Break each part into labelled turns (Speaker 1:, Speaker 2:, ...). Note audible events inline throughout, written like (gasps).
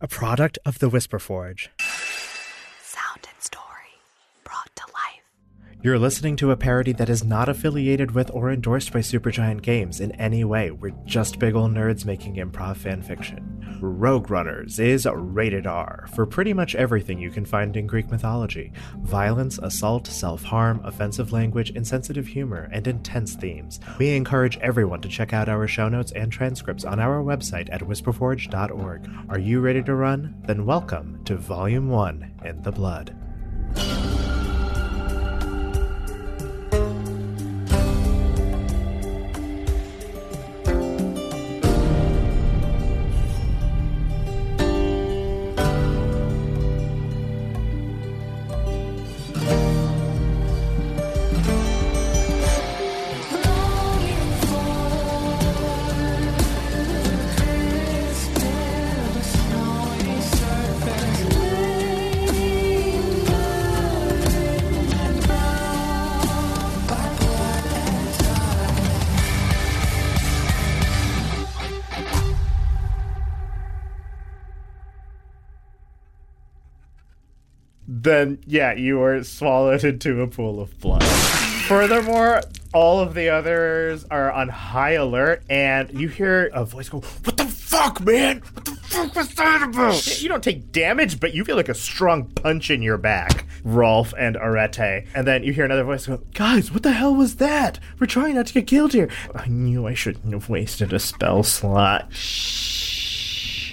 Speaker 1: a product of the Whisper Forge.
Speaker 2: Sound and story brought to life.
Speaker 1: You're listening to a parody that is not affiliated with or endorsed by Supergiant Games in any way. We're just big ol' nerds making improv fanfiction. Rogue Runners is rated R for pretty much everything you can find in Greek mythology violence, assault, self harm, offensive language, insensitive humor, and intense themes. We encourage everyone to check out our show notes and transcripts on our website at whisperforge.org. Are you ready to run? Then welcome to Volume 1 in the Blood.
Speaker 3: then yeah, you are swallowed into a pool of blood. Furthermore, all of the others are on high alert, and you hear a voice go, What the fuck, man? What the fuck was that about? You don't take damage, but you feel like a strong punch in your back, Rolf and Arete. And then you hear another voice go, Guys, what the hell was that? We're trying not to get killed here. Oh, I knew I shouldn't have wasted a spell slot.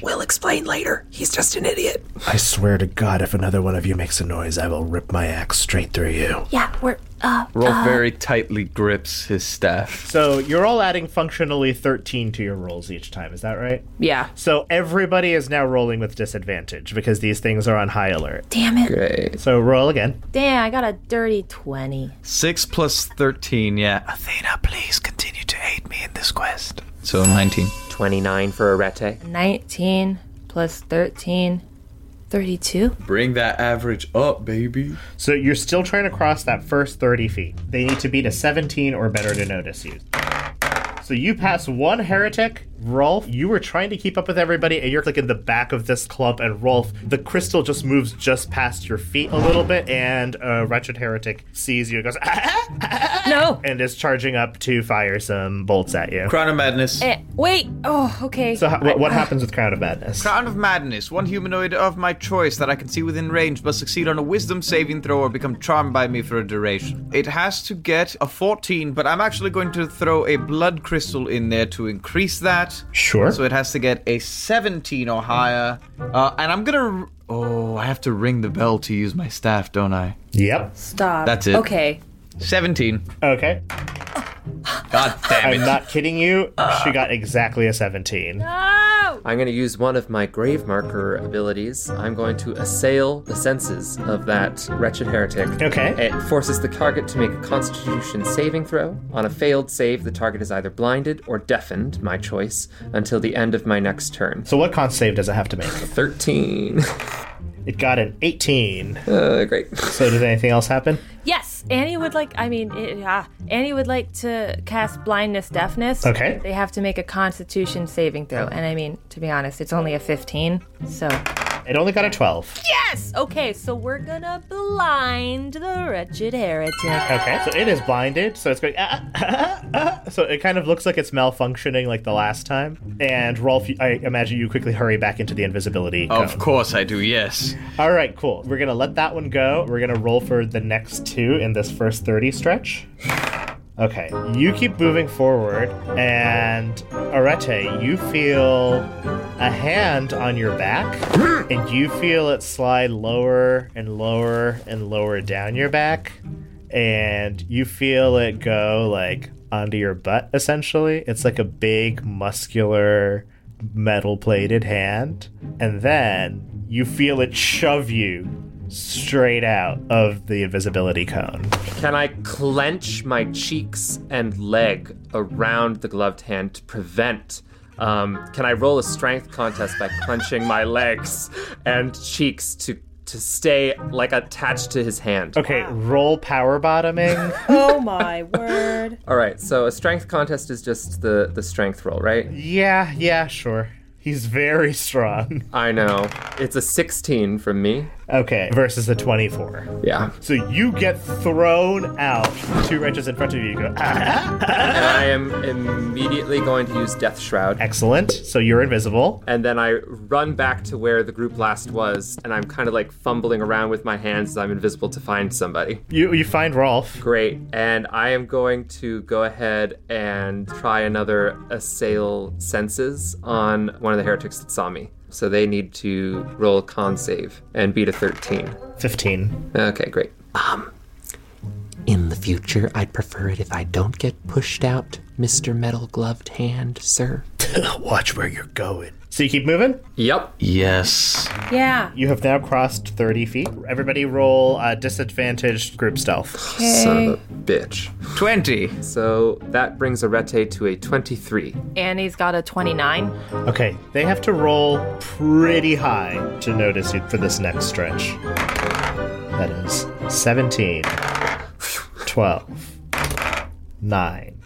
Speaker 4: We'll explain later. He's just an idiot.
Speaker 1: I swear to God, if another one of you makes a noise, I will rip my axe straight through you.
Speaker 2: Yeah, we're uh
Speaker 5: Rolf very tightly grips his staff.
Speaker 3: So you're all adding functionally 13 to your rolls each time, is that right?
Speaker 6: Yeah.
Speaker 3: So everybody is now rolling with disadvantage because these things are on high alert.
Speaker 2: damn it.
Speaker 5: Okay.
Speaker 3: So roll again.
Speaker 6: Damn, I got a dirty 20.
Speaker 5: 6 plus 13, yeah.
Speaker 4: Athena, please continue to aid me in this quest.
Speaker 5: So 19.
Speaker 7: 29 for Arete.
Speaker 6: 19 plus 13. 32?
Speaker 5: Bring that average up, baby.
Speaker 3: So you're still trying to cross that first 30 feet. They need to beat a 17 or better to notice you. So you pass one heretic. Rolf, you were trying to keep up with everybody, and you're like in the back of this clump. And Rolf, the crystal just moves just past your feet a little bit, and a wretched heretic sees you and goes, (laughs)
Speaker 6: No!
Speaker 3: and is charging up to fire some bolts at you.
Speaker 5: Crown of Madness.
Speaker 6: Eh, wait! Oh, okay.
Speaker 3: So, h- what, what happens with Crown of Madness?
Speaker 5: Crown of Madness. One humanoid of my choice that I can see within range must succeed on a wisdom saving throw or become charmed by me for a duration. It has to get a 14, but I'm actually going to throw a blood crystal in there to increase that.
Speaker 3: Sure.
Speaker 5: So it has to get a 17 or higher. Uh, and I'm gonna. Oh, I have to ring the bell to use my staff, don't I?
Speaker 3: Yep.
Speaker 6: Stop.
Speaker 5: That's it.
Speaker 6: Okay.
Speaker 5: 17.
Speaker 3: Okay.
Speaker 5: God damn
Speaker 3: I'm
Speaker 5: it. Ah.
Speaker 3: not kidding you. She got exactly a 17.
Speaker 7: I'm going to use one of my grave marker abilities. I'm going to assail the senses of that wretched heretic.
Speaker 3: Okay.
Speaker 7: It forces the target to make a constitution saving throw. On a failed save, the target is either blinded or deafened, my choice, until the end of my next turn.
Speaker 3: So what con save does it have to make?
Speaker 7: (laughs) 13.
Speaker 3: It got an 18.
Speaker 7: Uh, great.
Speaker 3: So does anything else happen?
Speaker 6: (sighs) Yes, Annie would like. I mean, it, ah, Annie would like to cast blindness, deafness.
Speaker 3: Okay.
Speaker 6: They have to make a Constitution saving throw, and I mean, to be honest, it's only a 15. So.
Speaker 3: It only got a 12.
Speaker 6: Yes. Okay, so we're gonna blind the wretched heretic.
Speaker 3: Okay. So it is blinded. So it's going. Ah, ah, ah, ah." So it kind of looks like it's malfunctioning like the last time. And Rolf, I imagine you quickly hurry back into the invisibility.
Speaker 5: Of
Speaker 3: cone.
Speaker 5: course I do, yes.
Speaker 3: (laughs) All right. Cool. We're gonna let that one go. We're gonna roll for the next two in this first 30 stretch. Okay, you keep moving forward, and Arete, you feel a hand on your back, and you feel it slide lower and lower and lower down your back, and you feel it go like onto your butt essentially. It's like a big, muscular, metal plated hand, and then you feel it shove you straight out of the invisibility cone.
Speaker 7: Can I clench my cheeks and leg around the gloved hand to prevent? Um, can I roll a strength contest by clenching my legs and cheeks to to stay like attached to his hand?
Speaker 3: Okay, roll power bottoming.
Speaker 8: (laughs) Oh my word.
Speaker 7: All right. So a strength contest is just the the strength roll, right?
Speaker 3: yeah, yeah, sure. He's very strong.
Speaker 7: I know. It's a 16 from me.
Speaker 3: Okay, versus a 24.
Speaker 7: Yeah.
Speaker 3: So you get thrown out two wrenches in front of you. you (laughs) go, ah.
Speaker 7: And I am immediately going to use Death Shroud.
Speaker 3: Excellent. So you're invisible.
Speaker 7: and then I run back to where the group last was, and I'm kind of like fumbling around with my hands as I'm invisible to find somebody.
Speaker 3: You you find Rolf.
Speaker 7: Great, and I am going to go ahead and try another assail senses on one of the heretics that saw me. So they need to roll con save and beat a 13.
Speaker 3: 15.
Speaker 7: Okay, great.
Speaker 4: In the future, I'd prefer it if I don't get pushed out, Mr. Metal Gloved Hand, sir.
Speaker 3: (coughs) Watch where you're going. So you keep moving.
Speaker 7: Yep.
Speaker 5: Yes.
Speaker 6: Yeah.
Speaker 3: You have now crossed 30 feet. Everybody roll uh, disadvantaged group stealth.
Speaker 7: Son of a bitch.
Speaker 5: 20.
Speaker 7: So that brings Arete to a 23.
Speaker 6: Annie's got a 29.
Speaker 3: Okay, they have to roll pretty high to notice you for this next stretch. That is 17, 12, 9,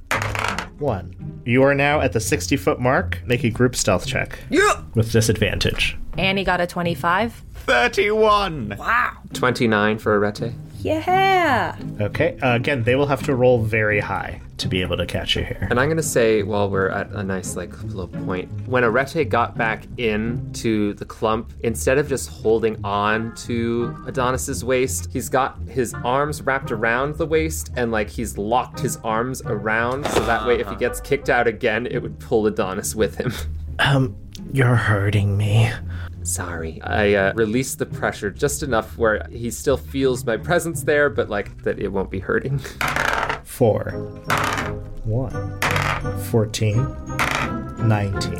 Speaker 3: 1. You are now at the 60 foot mark. Make a group stealth check.
Speaker 5: Yeah.
Speaker 3: With disadvantage.
Speaker 6: Annie got a 25.
Speaker 5: 31.
Speaker 7: 29 for Arete.
Speaker 8: Yeah.
Speaker 3: Okay, uh, again, they will have to roll very high to be able to catch you here.
Speaker 7: And I'm gonna say, while we're at a nice like low point, when Arete got back in to the clump, instead of just holding on to Adonis's waist, he's got his arms wrapped around the waist and like he's locked his arms around, so that way if he gets kicked out again, it would pull Adonis with him. (laughs)
Speaker 1: Um, you're hurting me.
Speaker 4: Sorry.
Speaker 7: I uh, release the pressure just enough where he still feels my presence there, but like that it won't be hurting.
Speaker 3: Four, one, 14, 19.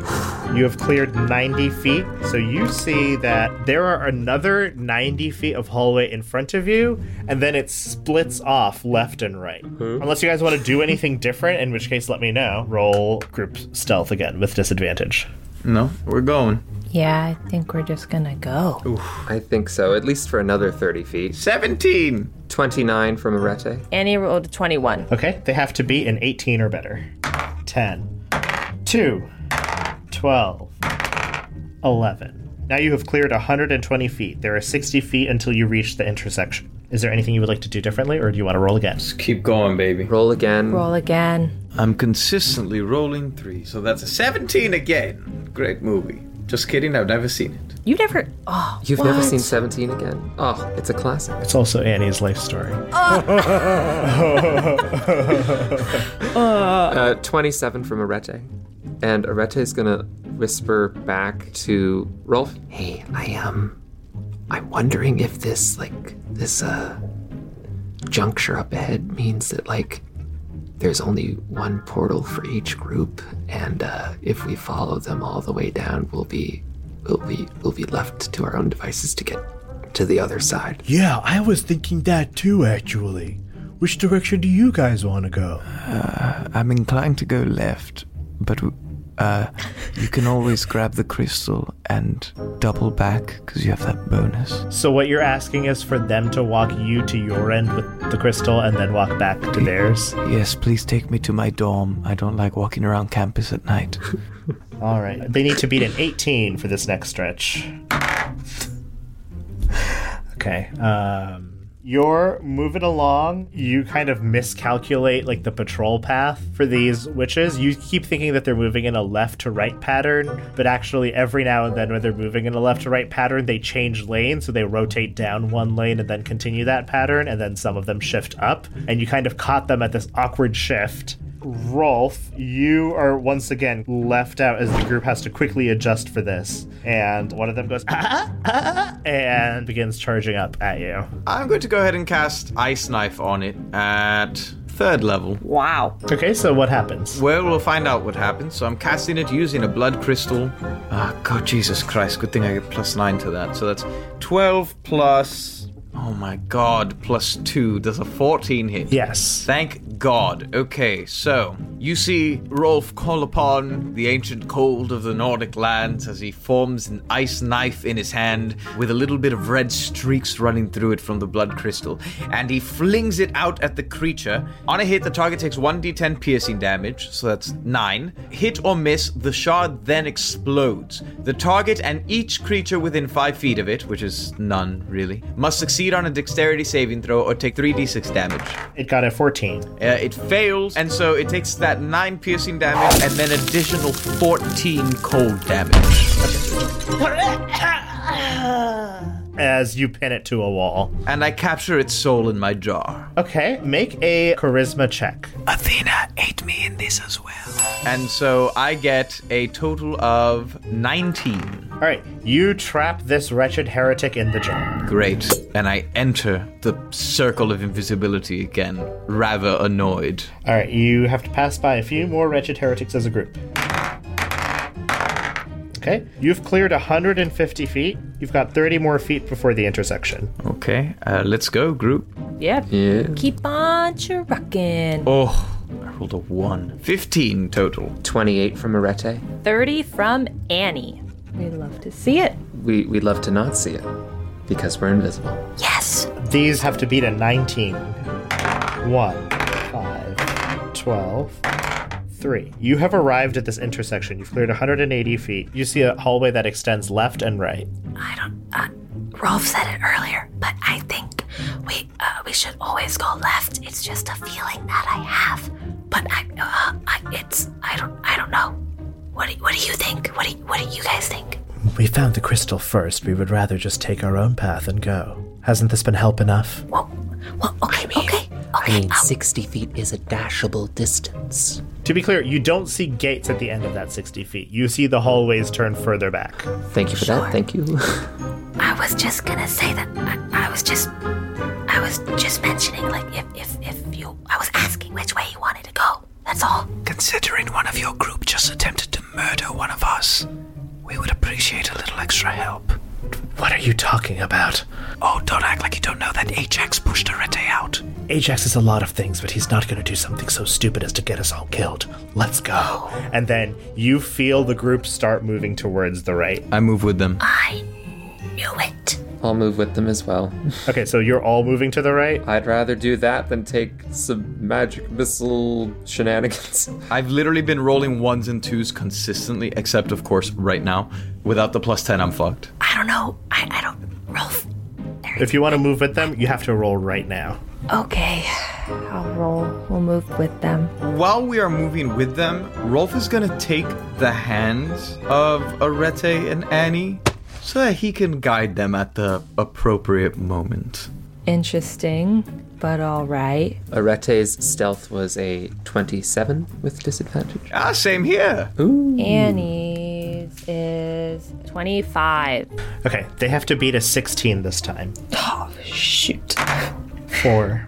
Speaker 3: You have cleared 90 feet, so you see that there are another 90 feet of hallway in front of you, and then it splits off left and right. Unless you guys want to do anything different, in which case let me know. Roll group stealth again with disadvantage.
Speaker 5: No, we're going.
Speaker 6: Yeah, I think we're just gonna go.
Speaker 7: I think so, at least for another 30 feet.
Speaker 5: 17.
Speaker 7: 29 from Arete.
Speaker 6: Annie rolled a 21.
Speaker 3: Okay, they have to be an 18 or better. 10, 2, 12, 11. Now you have cleared 120 feet. There are 60 feet until you reach the intersection. Is there anything you would like to do differently, or do you want to roll again?
Speaker 5: Keep going, baby.
Speaker 7: Roll again.
Speaker 6: Roll again.
Speaker 5: I'm consistently rolling three, so that's a 17 again. Great movie. Just kidding, I've never seen it.
Speaker 6: You never. Oh,
Speaker 7: You've never
Speaker 6: what?
Speaker 7: seen 17 again? Oh, it's a classic.
Speaker 3: It's also Annie's life story.
Speaker 2: Ah.
Speaker 3: (laughs)
Speaker 2: (laughs) Ah.
Speaker 7: Uh, 27 from Arete. And Arete's gonna whisper back to Rolf.
Speaker 4: Hey, I, um, I'm wondering if this, like, this, uh, juncture up ahead means that, like, there's only one portal for each group, and, uh, if we follow them all the way down, we'll be, we'll be, we'll be left to our own devices to get to the other side.
Speaker 1: Yeah, I was thinking that too, actually. Which direction do you guys want to go?
Speaker 9: Uh, I'm inclined to go left, but uh, you can always grab the crystal and double back because you have that bonus.
Speaker 3: So, what you're asking is for them to walk you to your end with the crystal and then walk back to theirs?
Speaker 9: Yes, please take me to my dorm. I don't like walking around campus at night. (laughs)
Speaker 3: All right. They need to beat an 18 for this next stretch. Okay. Um, you're moving along. You kind of miscalculate like the patrol path for these witches. You keep thinking that they're moving in a left to right pattern, but actually, every now and then, when they're moving in a left to right pattern, they change lanes. So they rotate down one lane and then continue that pattern, and then some of them shift up. And you kind of caught them at this awkward shift. Rolf, you are once again left out as the group has to quickly adjust for this. And one of them goes, ah, ah, and begins charging up at you.
Speaker 5: I'm going to go ahead and cast Ice Knife on it at third level.
Speaker 8: Wow.
Speaker 3: Okay, so what happens?
Speaker 5: Well, we'll find out what happens. So I'm casting it using a blood crystal. Ah, God, Jesus Christ. Good thing I get plus nine to that. So that's 12 plus. Oh my God, plus two. Does a 14 hit?
Speaker 3: Yes.
Speaker 5: Thank God. Okay, so you see Rolf call upon the ancient cold of the Nordic lands as he forms an ice knife in his hand with a little bit of red streaks running through it from the blood crystal. And he flings it out at the creature. On a hit, the target takes 1d10 piercing damage, so that's 9. Hit or miss, the shard then explodes. The target and each creature within 5 feet of it, which is none really, must succeed on a dexterity saving throw or take 3d6 damage.
Speaker 3: It got a 14.
Speaker 5: Uh, it fails, and so it takes that 9 piercing damage and then additional 14 cold damage.
Speaker 3: As you pin it to a wall.
Speaker 5: And I capture its soul in my jar.
Speaker 3: Okay, make a charisma check.
Speaker 2: Athena ate me in this as well.
Speaker 5: And so I get a total of 19.
Speaker 3: All right, you trap this wretched heretic in the jar.
Speaker 5: Great. And I enter the circle of invisibility again, rather annoyed.
Speaker 3: All right, you have to pass by a few more wretched heretics as a group. Okay, you've cleared 150 feet. You've got 30 more feet before the intersection.
Speaker 5: Okay, uh, let's go, group.
Speaker 6: Yeah.
Speaker 7: Yeah.
Speaker 6: Keep on trucking.
Speaker 5: Oh, I rolled a 1. 15 total.
Speaker 7: 28 from Arete.
Speaker 6: 30 from Annie. We love to see it.
Speaker 7: We, we'd love to not see it because we're invisible.
Speaker 3: These have to beat a 19. 1, 5, 12, 3. You have arrived at this intersection. You've cleared 180 feet. You see a hallway that extends left and right.
Speaker 2: I don't. Uh, Rolf said it earlier, but I think we uh, we should always go left. It's just a feeling that I have, but I uh, I it's I don't I don't know. What do, what do you think? What do what do you guys think?
Speaker 1: We found the crystal first. We would rather just take our own path and go. Hasn't this been help enough?
Speaker 2: Well, well, okay, okay, okay.
Speaker 4: I mean, 60 feet is a dashable distance.
Speaker 3: To be clear, you don't see gates at the end of that 60 feet. You see the hallways turn further back.
Speaker 7: Thank you for that. Thank you.
Speaker 2: I was just gonna say that I, I was just I was just mentioning like if if if you I was asking which way you wanted to go. That's all.
Speaker 10: Considering one of your group just attempted to murder one of us, we would appreciate a little extra help.
Speaker 1: What are you talking about?
Speaker 10: Oh, don't act like you don't know that Ajax pushed Arete out.
Speaker 1: Ajax is a lot of things, but he's not going to do something so stupid as to get us all killed. Let's go.
Speaker 3: (laughs) And then you feel the group start moving towards the right.
Speaker 5: I move with them.
Speaker 2: I knew it.
Speaker 7: I'll move with them as well.
Speaker 3: Okay, so you're all moving to the right?
Speaker 7: I'd rather do that than take some magic missile shenanigans.
Speaker 5: (laughs) I've literally been rolling ones and twos consistently, except, of course, right now. Without the plus 10, I'm fucked.
Speaker 2: I don't know. I I don't. Rolf.
Speaker 3: If you want to move with them, you have to roll right now.
Speaker 6: Okay. I'll roll. We'll move with them.
Speaker 5: While we are moving with them, Rolf is gonna take the hands of Arete and Annie so that he can guide them at the appropriate moment.
Speaker 6: Interesting, but all right.
Speaker 7: Arete's stealth was a 27 with disadvantage.
Speaker 5: Ah, same here.
Speaker 6: Annie's is 25.
Speaker 3: Okay, they have to beat a 16 this time.
Speaker 8: Oh, shoot.
Speaker 3: Four.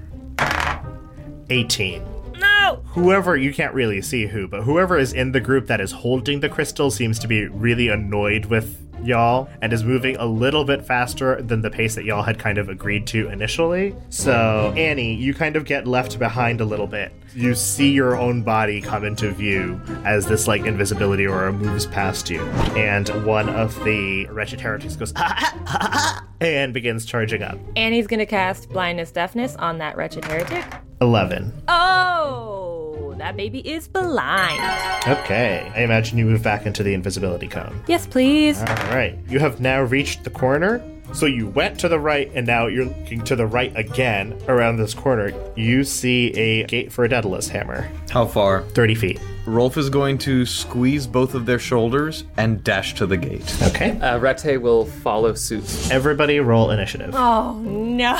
Speaker 3: 18.
Speaker 6: No!
Speaker 3: Whoever, you can't really see who, but whoever is in the group that is holding the crystal seems to be really annoyed with y'all and is moving a little bit faster than the pace that y'all had kind of agreed to initially. So, Annie, you kind of get left behind a little bit. You see your own body come into view as this like invisibility aura moves past you. And one of the wretched heretics goes, (laughs) "Ah, and begins charging up.
Speaker 6: Annie's gonna cast blindness deafness on that wretched heretic.
Speaker 3: 11.
Speaker 6: Oh, that baby is blind.
Speaker 3: Okay. I imagine you move back into the invisibility cone.
Speaker 6: Yes, please.
Speaker 3: All right. You have now reached the corner. So you went to the right, and now you're looking to the right again around this corner. You see a gate for a Daedalus hammer.
Speaker 5: How far?
Speaker 3: 30 feet.
Speaker 5: Rolf is going to squeeze both of their shoulders and dash to the gate.
Speaker 3: Okay.
Speaker 7: Arete will follow suit.
Speaker 3: Everybody roll initiative.
Speaker 6: Oh, no.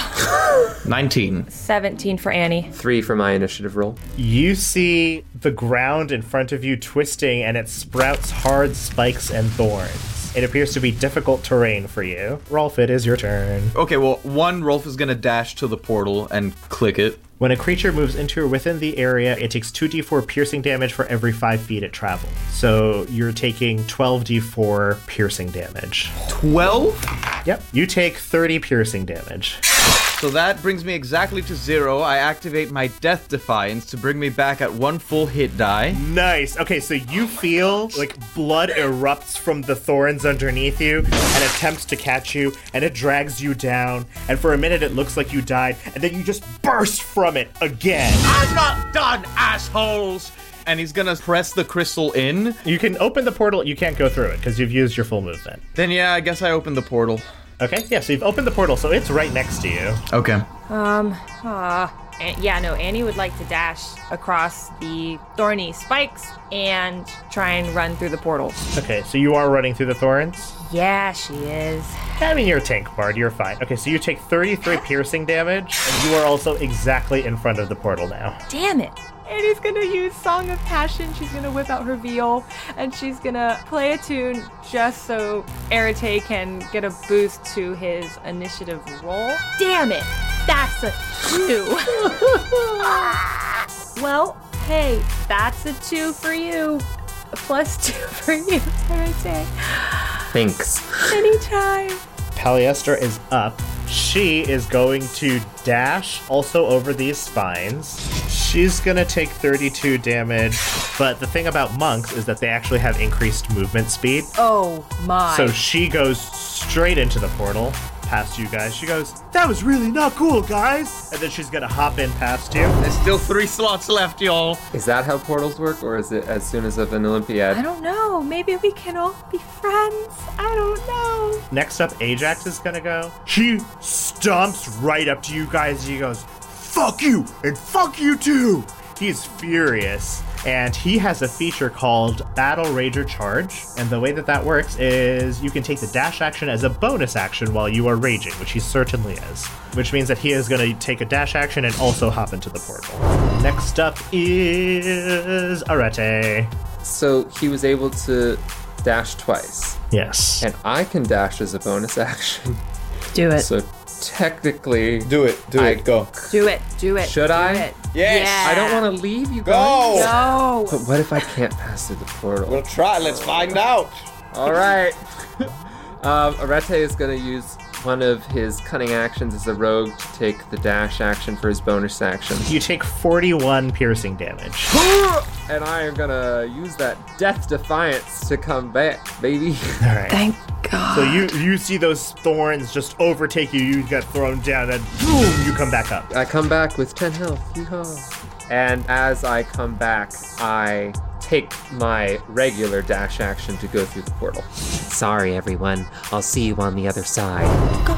Speaker 6: (laughs)
Speaker 5: 19.
Speaker 6: 17 for Annie.
Speaker 7: Three for my initiative roll.
Speaker 3: You see the ground in front of you twisting, and it sprouts hard spikes and thorns. It appears to be difficult terrain for you. Rolf, it is your turn.
Speaker 5: Okay, well, one, Rolf is going to dash to the portal and click it.
Speaker 3: When a creature moves into or within the area, it takes 2d4 piercing damage for every 5 feet it travels. So you're taking 12d4 piercing damage.
Speaker 5: 12?
Speaker 3: Yep. You take 30 piercing damage.
Speaker 5: So that brings me exactly to zero. I activate my Death Defiance to bring me back at one full hit die.
Speaker 11: Nice. Okay, so you feel like blood erupts from the thorns underneath you and attempts to catch you, and it drags you down. And for a minute, it looks like you died, and then you just burst from it again.
Speaker 5: I'm not done, assholes! And he's gonna press the crystal in.
Speaker 3: You can open the portal, you can't go through it because you've used your full movement.
Speaker 5: Then, yeah, I guess I opened the portal.
Speaker 3: Okay, yeah, so you've opened the portal, so it's right next to you.
Speaker 5: Okay.
Speaker 6: Um, ah, An- yeah, no, Annie would like to dash across the thorny spikes and try and run through the portal.
Speaker 3: Okay, so you are running through the thorns.
Speaker 6: Yeah, she is.
Speaker 3: I mean, you're a tank, Bard. You're fine. Okay, so you take 33 piercing damage, and you are also exactly in front of the portal now.
Speaker 6: Damn it.
Speaker 1: Annie's gonna use Song of Passion. She's gonna whip out her viol and she's gonna play a tune just so Arate can get a boost to his initiative roll.
Speaker 6: Damn it! That's a two.
Speaker 1: (laughs) well, hey, that's a two for you. Plus two (laughs) for you, Arate.
Speaker 7: Thanks.
Speaker 1: Anytime.
Speaker 3: Polyester is up. She is going to dash also over these spines. She's going to take 32 damage, but the thing about monks is that they actually have increased movement speed.
Speaker 6: Oh my.
Speaker 3: So she goes straight into the portal past you guys. She goes, That was really not cool, guys. And then she's going to hop in past you.
Speaker 5: There's still three slots left, y'all.
Speaker 7: Is that how portals work, or is it as soon as of an Olympiad?
Speaker 1: I don't know. Maybe we can all be friends. I don't know.
Speaker 3: Next up, Ajax is going to go. She stomps right up to you guys. He goes, Fuck you, and fuck you too. He's furious. And he has a feature called Battle Rager Charge. And the way that that works is you can take the dash action as a bonus action while you are raging, which he certainly is. Which means that he is going to take a dash action and also hop into the portal. Next up is Arete.
Speaker 7: So he was able to dash twice.
Speaker 3: Yes.
Speaker 7: And I can dash as a bonus action.
Speaker 6: Do it.
Speaker 7: So technically.
Speaker 12: Do it. Do
Speaker 7: I
Speaker 12: it. Go.
Speaker 6: Do it. Do it.
Speaker 7: Should
Speaker 6: do
Speaker 7: I?
Speaker 6: It.
Speaker 12: Yes.
Speaker 7: I don't want to leave you
Speaker 12: Go.
Speaker 7: guys.
Speaker 6: No.
Speaker 7: But what if I can't pass through the portal?
Speaker 12: We'll try. Let's find out.
Speaker 7: All right. (laughs) um, Arete is going to use one of his cunning actions as a rogue to take the dash action for his bonus action.
Speaker 3: You take 41 piercing damage.
Speaker 7: (laughs) And I am going to use that Death Defiance to come back, baby.
Speaker 3: All right.
Speaker 13: Thank God.
Speaker 3: So you you see those thorns just overtake you. You get thrown down, and boom, you come back up.
Speaker 7: I come back with 10 health. Yeehaw. And as I come back, I take my regular dash action to go through the portal.
Speaker 14: Sorry, everyone. I'll see you on the other side.
Speaker 1: Go.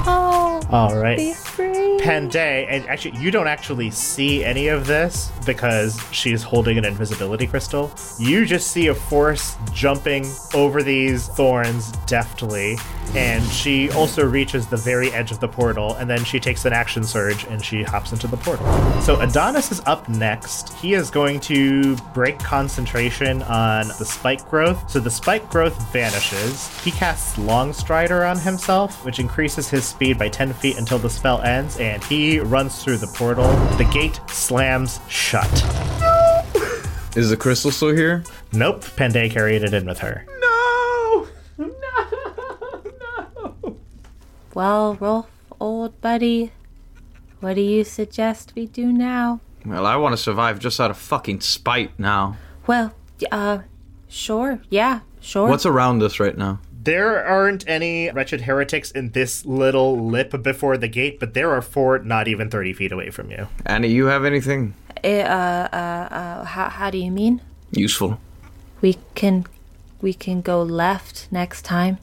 Speaker 3: All right.
Speaker 1: Be free.
Speaker 3: Panday, and actually, you don't actually see any of this because she's holding an invisibility crystal. You just see a force jumping over these thorns deftly, and she also reaches the very edge of the portal, and then she takes an action surge and she hops into the portal. So Adonis is up next. He is going to break concentration on the spike growth. So the spike growth vanishes. He casts Long Strider on himself, which increases his speed by 10 feet until the spell ends, and he runs through the portal. The gate slams shut.
Speaker 5: Is the crystal still here?
Speaker 3: Nope, Penday carried it in with her.
Speaker 5: No!
Speaker 6: Well, Rolf, old buddy, what do you suggest we do now?
Speaker 5: Well, I want to survive just out of fucking spite now.
Speaker 6: Well, uh, sure. Yeah, sure.
Speaker 5: What's around us right now?
Speaker 3: There aren't any wretched heretics in this little lip before the gate, but there are four not even 30 feet away from you.
Speaker 5: Annie, you have anything
Speaker 6: Eh, uh, uh, uh, how, how do you mean?
Speaker 5: useful?
Speaker 6: We can, we can go left next time.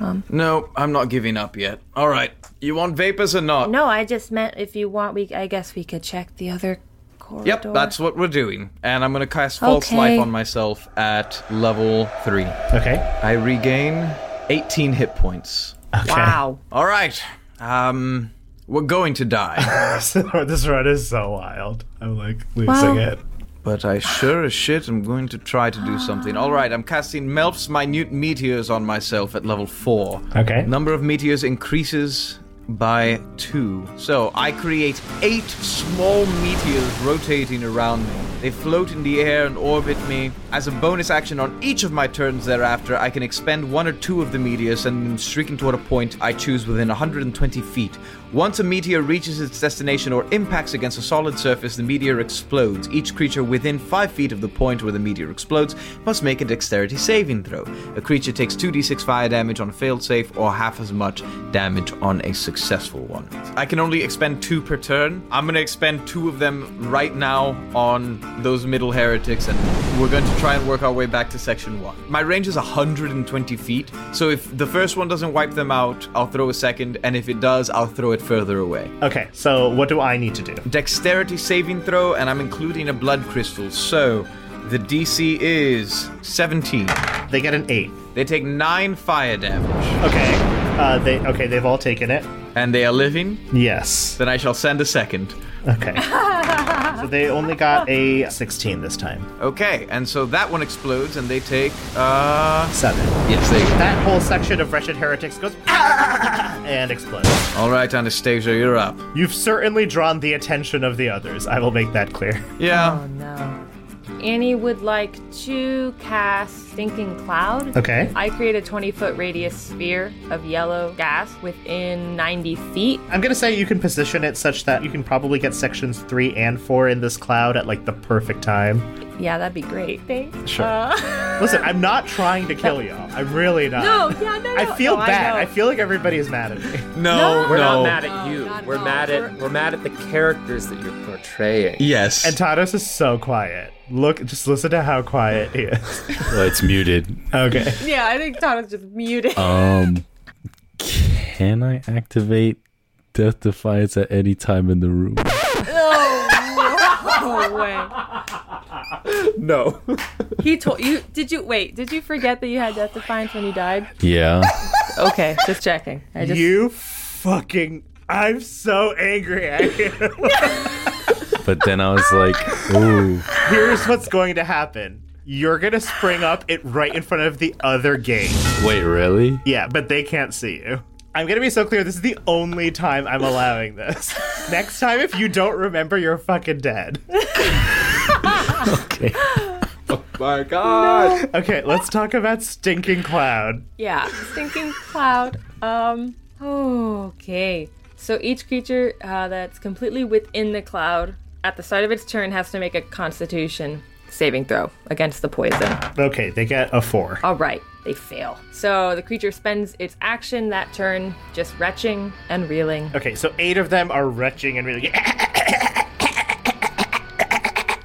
Speaker 6: Um,
Speaker 5: No, I'm not giving up yet. All right. You want vapors or not?
Speaker 6: No, I just meant if you want, we. I guess we could check the other corridor.
Speaker 5: Yep, that's what we're doing. And I'm going to cast False Life
Speaker 6: Okay.
Speaker 5: on myself at level 3.
Speaker 3: Okay.
Speaker 5: I regain 18 hit points.
Speaker 3: Okay.
Speaker 6: wow.
Speaker 5: All right. Um we're going
Speaker 3: (laughs)
Speaker 5: to die,
Speaker 3: this run is so wild. I'm like losing
Speaker 6: Well-
Speaker 3: it.
Speaker 5: but I sure as shit am going to try to do something. All right, I'm casting Melf's minute meteors on myself at level 4.
Speaker 3: Okay.
Speaker 5: Number of meteors increases by two. So I create eight small meteors rotating around me. They float in the air and orbit me. As a bonus action on each of my turns thereafter, I can expend one or two of the meteors and streaking toward a point I choose within 120 feet. Once a meteor reaches its destination or impacts against a solid surface, the meteor explodes. Each creature within 5 feet of the point where the meteor explodes must make a dexterity saving throw. A creature takes 2d6 fire damage on a failed save or half as much damage on a successful one. I can only expend 2 per turn. I'm going to expend 2 of them right now on those middle heretics and we're going to try and work our way back to section 1. My range is 120 feet, so if the first one doesn't wipe them out, I'll throw a second and if it does, I'll throw it further away.
Speaker 3: Okay, so what do I need to do?
Speaker 5: Dexterity saving throw, and I'm including a blood crystal. So the DC is 17.
Speaker 3: They get an 8.
Speaker 5: They take 9 fire damage.
Speaker 3: Okay. Uh, they okay. They've all taken it.
Speaker 5: And they are living?
Speaker 3: Yes.
Speaker 5: Then I shall send a second.
Speaker 3: Okay. so they only got a 16 this time.
Speaker 5: Okay, and so that one explodes, and they take uh
Speaker 3: seven.
Speaker 5: Yes, they.
Speaker 3: That whole section of wretched heretics goes (laughs) "Ah!" and explodes.
Speaker 5: All right, Anastasia, you're up.
Speaker 3: You've certainly drawn the attention of the others. I will make that clear.
Speaker 5: (laughs) Yeah.
Speaker 6: Annie would like to cast Thinking Cloud.
Speaker 3: Okay.
Speaker 6: I create a 20 foot radius sphere of yellow gas within 90 feet.
Speaker 3: I'm gonna say you can position it such that you can probably get sections three and four in this cloud at like the perfect time.
Speaker 6: Yeah, that'd be great. Thanks. Uh,
Speaker 3: Sure.
Speaker 6: (laughs)
Speaker 3: Listen, I'm not trying to kill y'all. I'm really not.
Speaker 6: No, yeah, no,
Speaker 3: I
Speaker 6: no.
Speaker 3: feel
Speaker 6: No, I
Speaker 3: bad.
Speaker 6: know.
Speaker 3: I, feel like everybody is mad at me.
Speaker 5: No,
Speaker 7: we're
Speaker 5: no.
Speaker 7: not mad at you. we're mad at we're mad at the characters that you're portraying.
Speaker 5: Yes.
Speaker 3: And Tados is so quiet. Look, just listen to how quiet he is.
Speaker 15: Well, it's muted.
Speaker 3: Okay.
Speaker 16: Yeah, I think Todd is just muted.
Speaker 6: (laughs)
Speaker 15: Um, can I activate Death Defiance at any time in the room?
Speaker 16: oh, no way.
Speaker 7: No.
Speaker 16: He told you. Did you wait? Did you forget that you had death defiance when you died?
Speaker 15: Yeah.
Speaker 16: Okay, just checking. I just
Speaker 3: You fucking. I'm so angry at you. (laughs)
Speaker 15: But then I was like, ooh.
Speaker 3: Here's what's going to happen. You're gonna spring up it right in front of the other gate.
Speaker 15: Wait, really?
Speaker 3: Yeah, but they can't see you. I'm gonna be so clear. This is the only time I'm allowing
Speaker 7: (laughs)
Speaker 3: this. Next time, if you don't remember, you're fucking dead.
Speaker 15: okay.
Speaker 7: (laughs) Oh my god.
Speaker 3: Okay, let's talk about stinking cloud.
Speaker 6: Yeah,
Speaker 16: thinking cloud.
Speaker 6: Um. Okay. So each creature uh, that's completely within the cloud at the start of its turn has to make a Constitution saving throw against the poison.
Speaker 3: Okay, they get a four.
Speaker 6: All right, they fail. So the creature spends its action that turn just retching and reeling.
Speaker 3: Okay, so eight of them are retching and really. (laughs)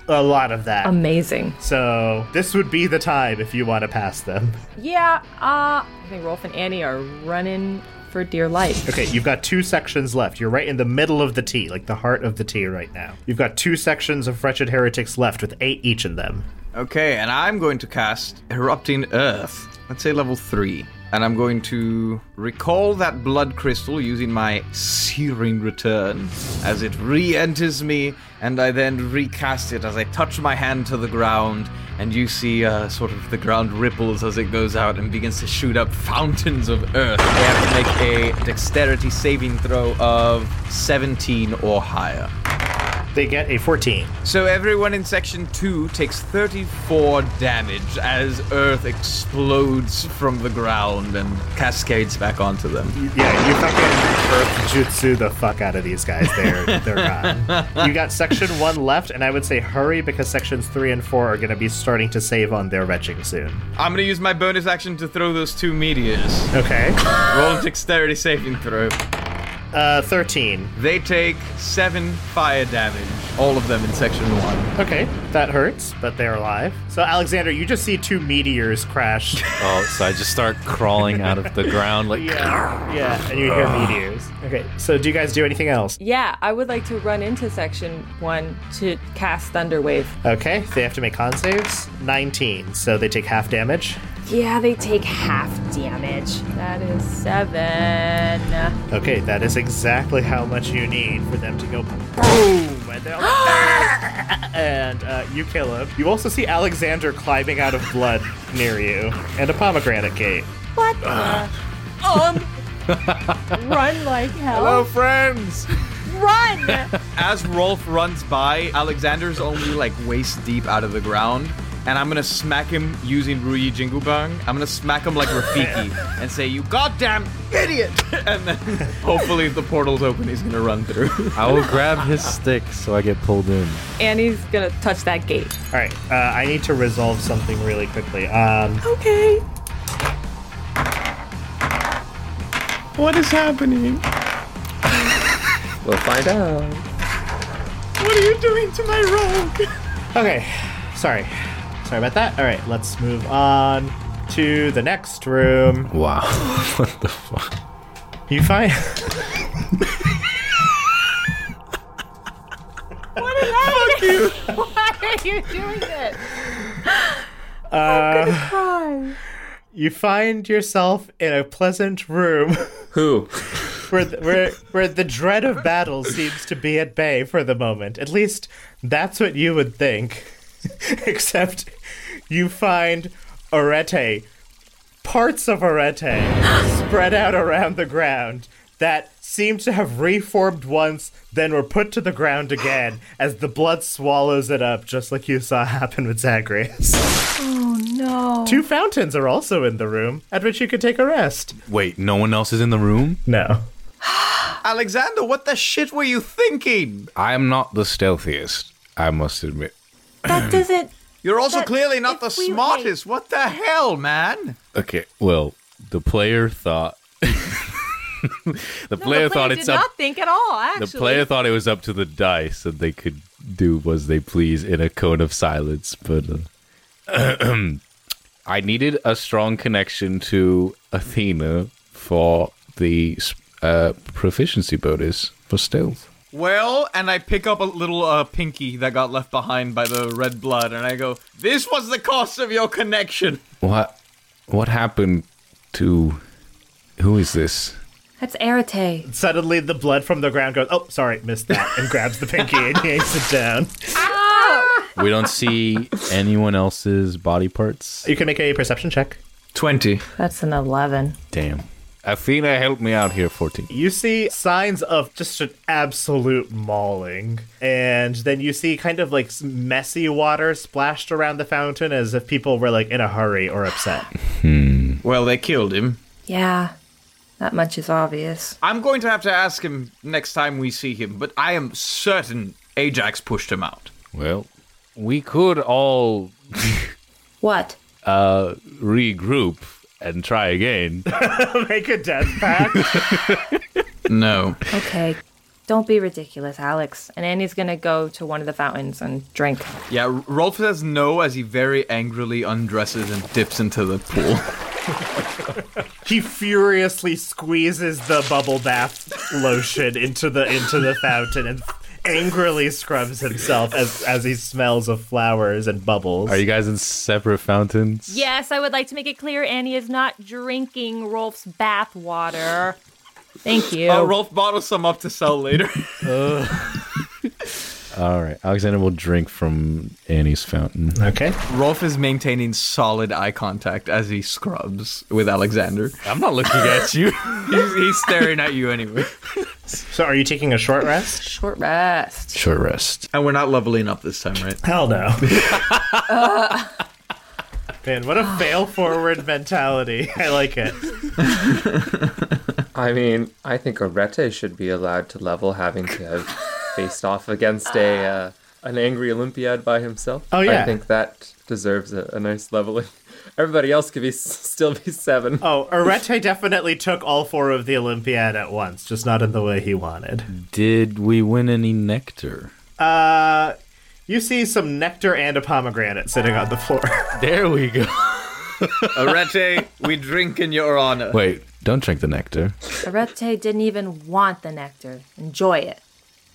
Speaker 3: A lot of that.
Speaker 6: Amazing.
Speaker 3: So, this would be the time if you want to pass them.
Speaker 6: Yeah. Uh, I think Rolf and Annie are running for dear life.
Speaker 3: Okay, you've got two sections left. You're right in the middle of the T, like the heart of the T right now. You've got two sections of Wretched Heretics left with eight each in them.
Speaker 5: Okay, and I'm going to cast Erupting Earth. Let's say level three. And I'm going to recall that blood crystal using my searing return as it re enters me, and I then recast it as I touch my hand to the ground. And you see uh, sort of the ground ripples as it goes out and begins to shoot up fountains of earth. They have to make a dexterity saving throw of 17 or higher.
Speaker 3: They get a 14.
Speaker 5: So everyone in section 2 takes 34 damage as earth explodes from the ground and cascades back onto them.
Speaker 3: Yeah, you fucking earth jutsu the fuck out of these
Speaker 5: (laughs)
Speaker 3: guys. They're they're gone. You got section one left, and I would say hurry because sections three and four are going to be starting to save on their retching soon.
Speaker 5: I'm going to use my bonus action to throw those two meteors.
Speaker 3: Okay.
Speaker 5: Roll a dexterity saving throw.
Speaker 3: Uh, 13.
Speaker 5: They take 7 fire damage, all of them in section 1.
Speaker 3: Okay, that hurts, but they're alive. So Alexander, you just see two meteors crash.
Speaker 15: (laughs) Oh, so I just start crawling out of the ground like.
Speaker 3: yeah, yeah, and you hear meteors. Okay, so do you guys do anything else?
Speaker 6: Yeah, I would like to run into section one to cast Thunderwave.
Speaker 3: Okay, they have to make con saves. 19, so they take half damage.
Speaker 6: Yeah, they take half damage. That is seven.
Speaker 3: Okay, that is exactly how much you need for them to go boom, and
Speaker 6: (gasps)
Speaker 3: they're like, and uh, you kill him. You also see Alexander climbing out of blood near you, and a pomegranate gate.
Speaker 5: (laughs)
Speaker 16: What? Um. Run like hell.
Speaker 5: Hello, friends.
Speaker 16: Run!
Speaker 5: As Rolf runs by, Alexander's only like waist deep out of the ground, and I'm gonna smack him using Ruyi Jingubang. I'm gonna smack him like Rafiki (laughs) and say, "You goddamn idiot!" (laughs) And then hopefully, if the portal's open, he's gonna run through.
Speaker 15: I will grab his stick so I get pulled in.
Speaker 6: Annie's gonna touch that gate.
Speaker 3: All right, uh, I need to resolve something really quickly. Um,
Speaker 6: Okay.
Speaker 5: What is happening?
Speaker 7: We'll find out.
Speaker 5: What are you doing to my rogue?
Speaker 3: Okay, sorry. Sorry about that. All right, let's move on to the next room.
Speaker 15: Wow. (laughs) what the fuck?
Speaker 3: You
Speaker 6: (laughs)
Speaker 3: find.
Speaker 16: Fuck you! (laughs) Why are you doing this?
Speaker 3: Uh,
Speaker 16: Cry.
Speaker 3: you find yourself in a pleasant room. (laughs)
Speaker 7: Who?
Speaker 3: where, the, where, where the dread of battle seems to be at bay for the moment. At least that's what you would think. (laughs) Except you find Arete, parts of Arete, spread out around the ground that seem to have reformed once, then were put to the ground again as the blood swallows it up, just like you saw happen with Zagreus.
Speaker 16: Oh no.
Speaker 3: Two fountains are also in the room, at which you could take a rest.
Speaker 15: Wait, no one else is in the room?
Speaker 3: No.
Speaker 5: Alexander, what the shit were you thinking?
Speaker 15: I am not the stealthiest, I must admit.
Speaker 16: That doesn't.
Speaker 5: You're also
Speaker 16: That-
Speaker 5: clearly not the
Speaker 16: if we-
Speaker 5: smartest. What the hell, man?
Speaker 15: Okay, well, the player thought. (laughs) the player thought
Speaker 16: did
Speaker 15: it's
Speaker 16: not
Speaker 15: up.
Speaker 16: think at all. Actually,
Speaker 15: The player thought it was up to the dice and they could do as they please in a cone of silence, but uh, (clears throat) I needed a strong connection to Athena for the uh, proficiency bonus for stealth.
Speaker 5: Well, and I pick up a little uh, pinky that got left behind by the red blood, and I go, "This was the cost of your connection."
Speaker 15: What what happened to who is this?
Speaker 6: That's Arate.
Speaker 3: Suddenly, the blood from the ground goes, oh, sorry, missed that, and grabs the pinky
Speaker 6: (laughs)
Speaker 3: and yanks it down.
Speaker 16: Ah!
Speaker 15: We don't see anyone else's body parts.
Speaker 3: You can make a perception check.
Speaker 5: 20.
Speaker 6: That's an 11.
Speaker 15: Damn. Athena help me out here 14.
Speaker 3: You see signs of just an absolute mauling. And then you see kind of like some messy water splashed around the fountain as if people were like in a hurry or upset.
Speaker 5: Well, they killed him.
Speaker 6: Yeah. That much is obvious.
Speaker 5: I'm going to have to ask him next time we see him, but I am certain Ajax pushed him out.
Speaker 15: Well, we could all
Speaker 6: What?
Speaker 15: (laughs) uh regroup and try again.
Speaker 3: (laughs) make a death pact.
Speaker 5: No.
Speaker 6: (laughs) Okay. Don't be ridiculous, Alex. And Annie's gonna go to one of the fountains and drink.
Speaker 5: Yeah, R- Rolf says no as he very angrily undresses and dips into the pool.
Speaker 3: he furiously squeezes the bubble bath lotion into the into the fountain and angrily scrubs himself as as he smells of flowers and bubbles.
Speaker 15: Are you guys in separate fountains?
Speaker 6: Yes, I would like to make it clear Annie is not drinking Rolf's bath water. (laughs)
Speaker 5: (gasps)
Speaker 6: Thank you.
Speaker 5: Uh, Rolf bottles some up to sell
Speaker 15: (laughs)
Speaker 5: later.
Speaker 3: Uh.
Speaker 15: All right. Alexander will drink from Annie's fountain.
Speaker 3: Okay.
Speaker 5: Rolf is maintaining solid eye contact as he scrubs with Alexander.
Speaker 15: I'm not looking at you.
Speaker 5: (laughs) He's, he's staring at you anyway.
Speaker 3: so are you taking a short rest?
Speaker 6: Short rest.
Speaker 15: Short rest.
Speaker 5: And we're not leveling up this time, right?
Speaker 3: Hell no. Man, what a fail forward mentality. I like it.
Speaker 7: I mean, I think Arete should be allowed to level, having to have faced off against
Speaker 6: (laughs) Ah.
Speaker 7: a uh, an angry Olympiad by himself.
Speaker 3: Oh,
Speaker 7: I
Speaker 3: yeah.
Speaker 7: think that deserves a, a nice leveling. (laughs) Everybody else could be still be seven.
Speaker 3: Oh, Arete definitely took all four of the Olympiad at once, just not in the way he wanted.
Speaker 15: Did we win any nectar?
Speaker 3: Uh, you see some nectar and a pomegranate sitting on the floor.
Speaker 15: There
Speaker 3: (laughs)
Speaker 15: we go.
Speaker 5: Arete, we drink in your honor.
Speaker 15: Wait, don't drink the nectar.
Speaker 6: Arete didn't even want the nectar. Enjoy it.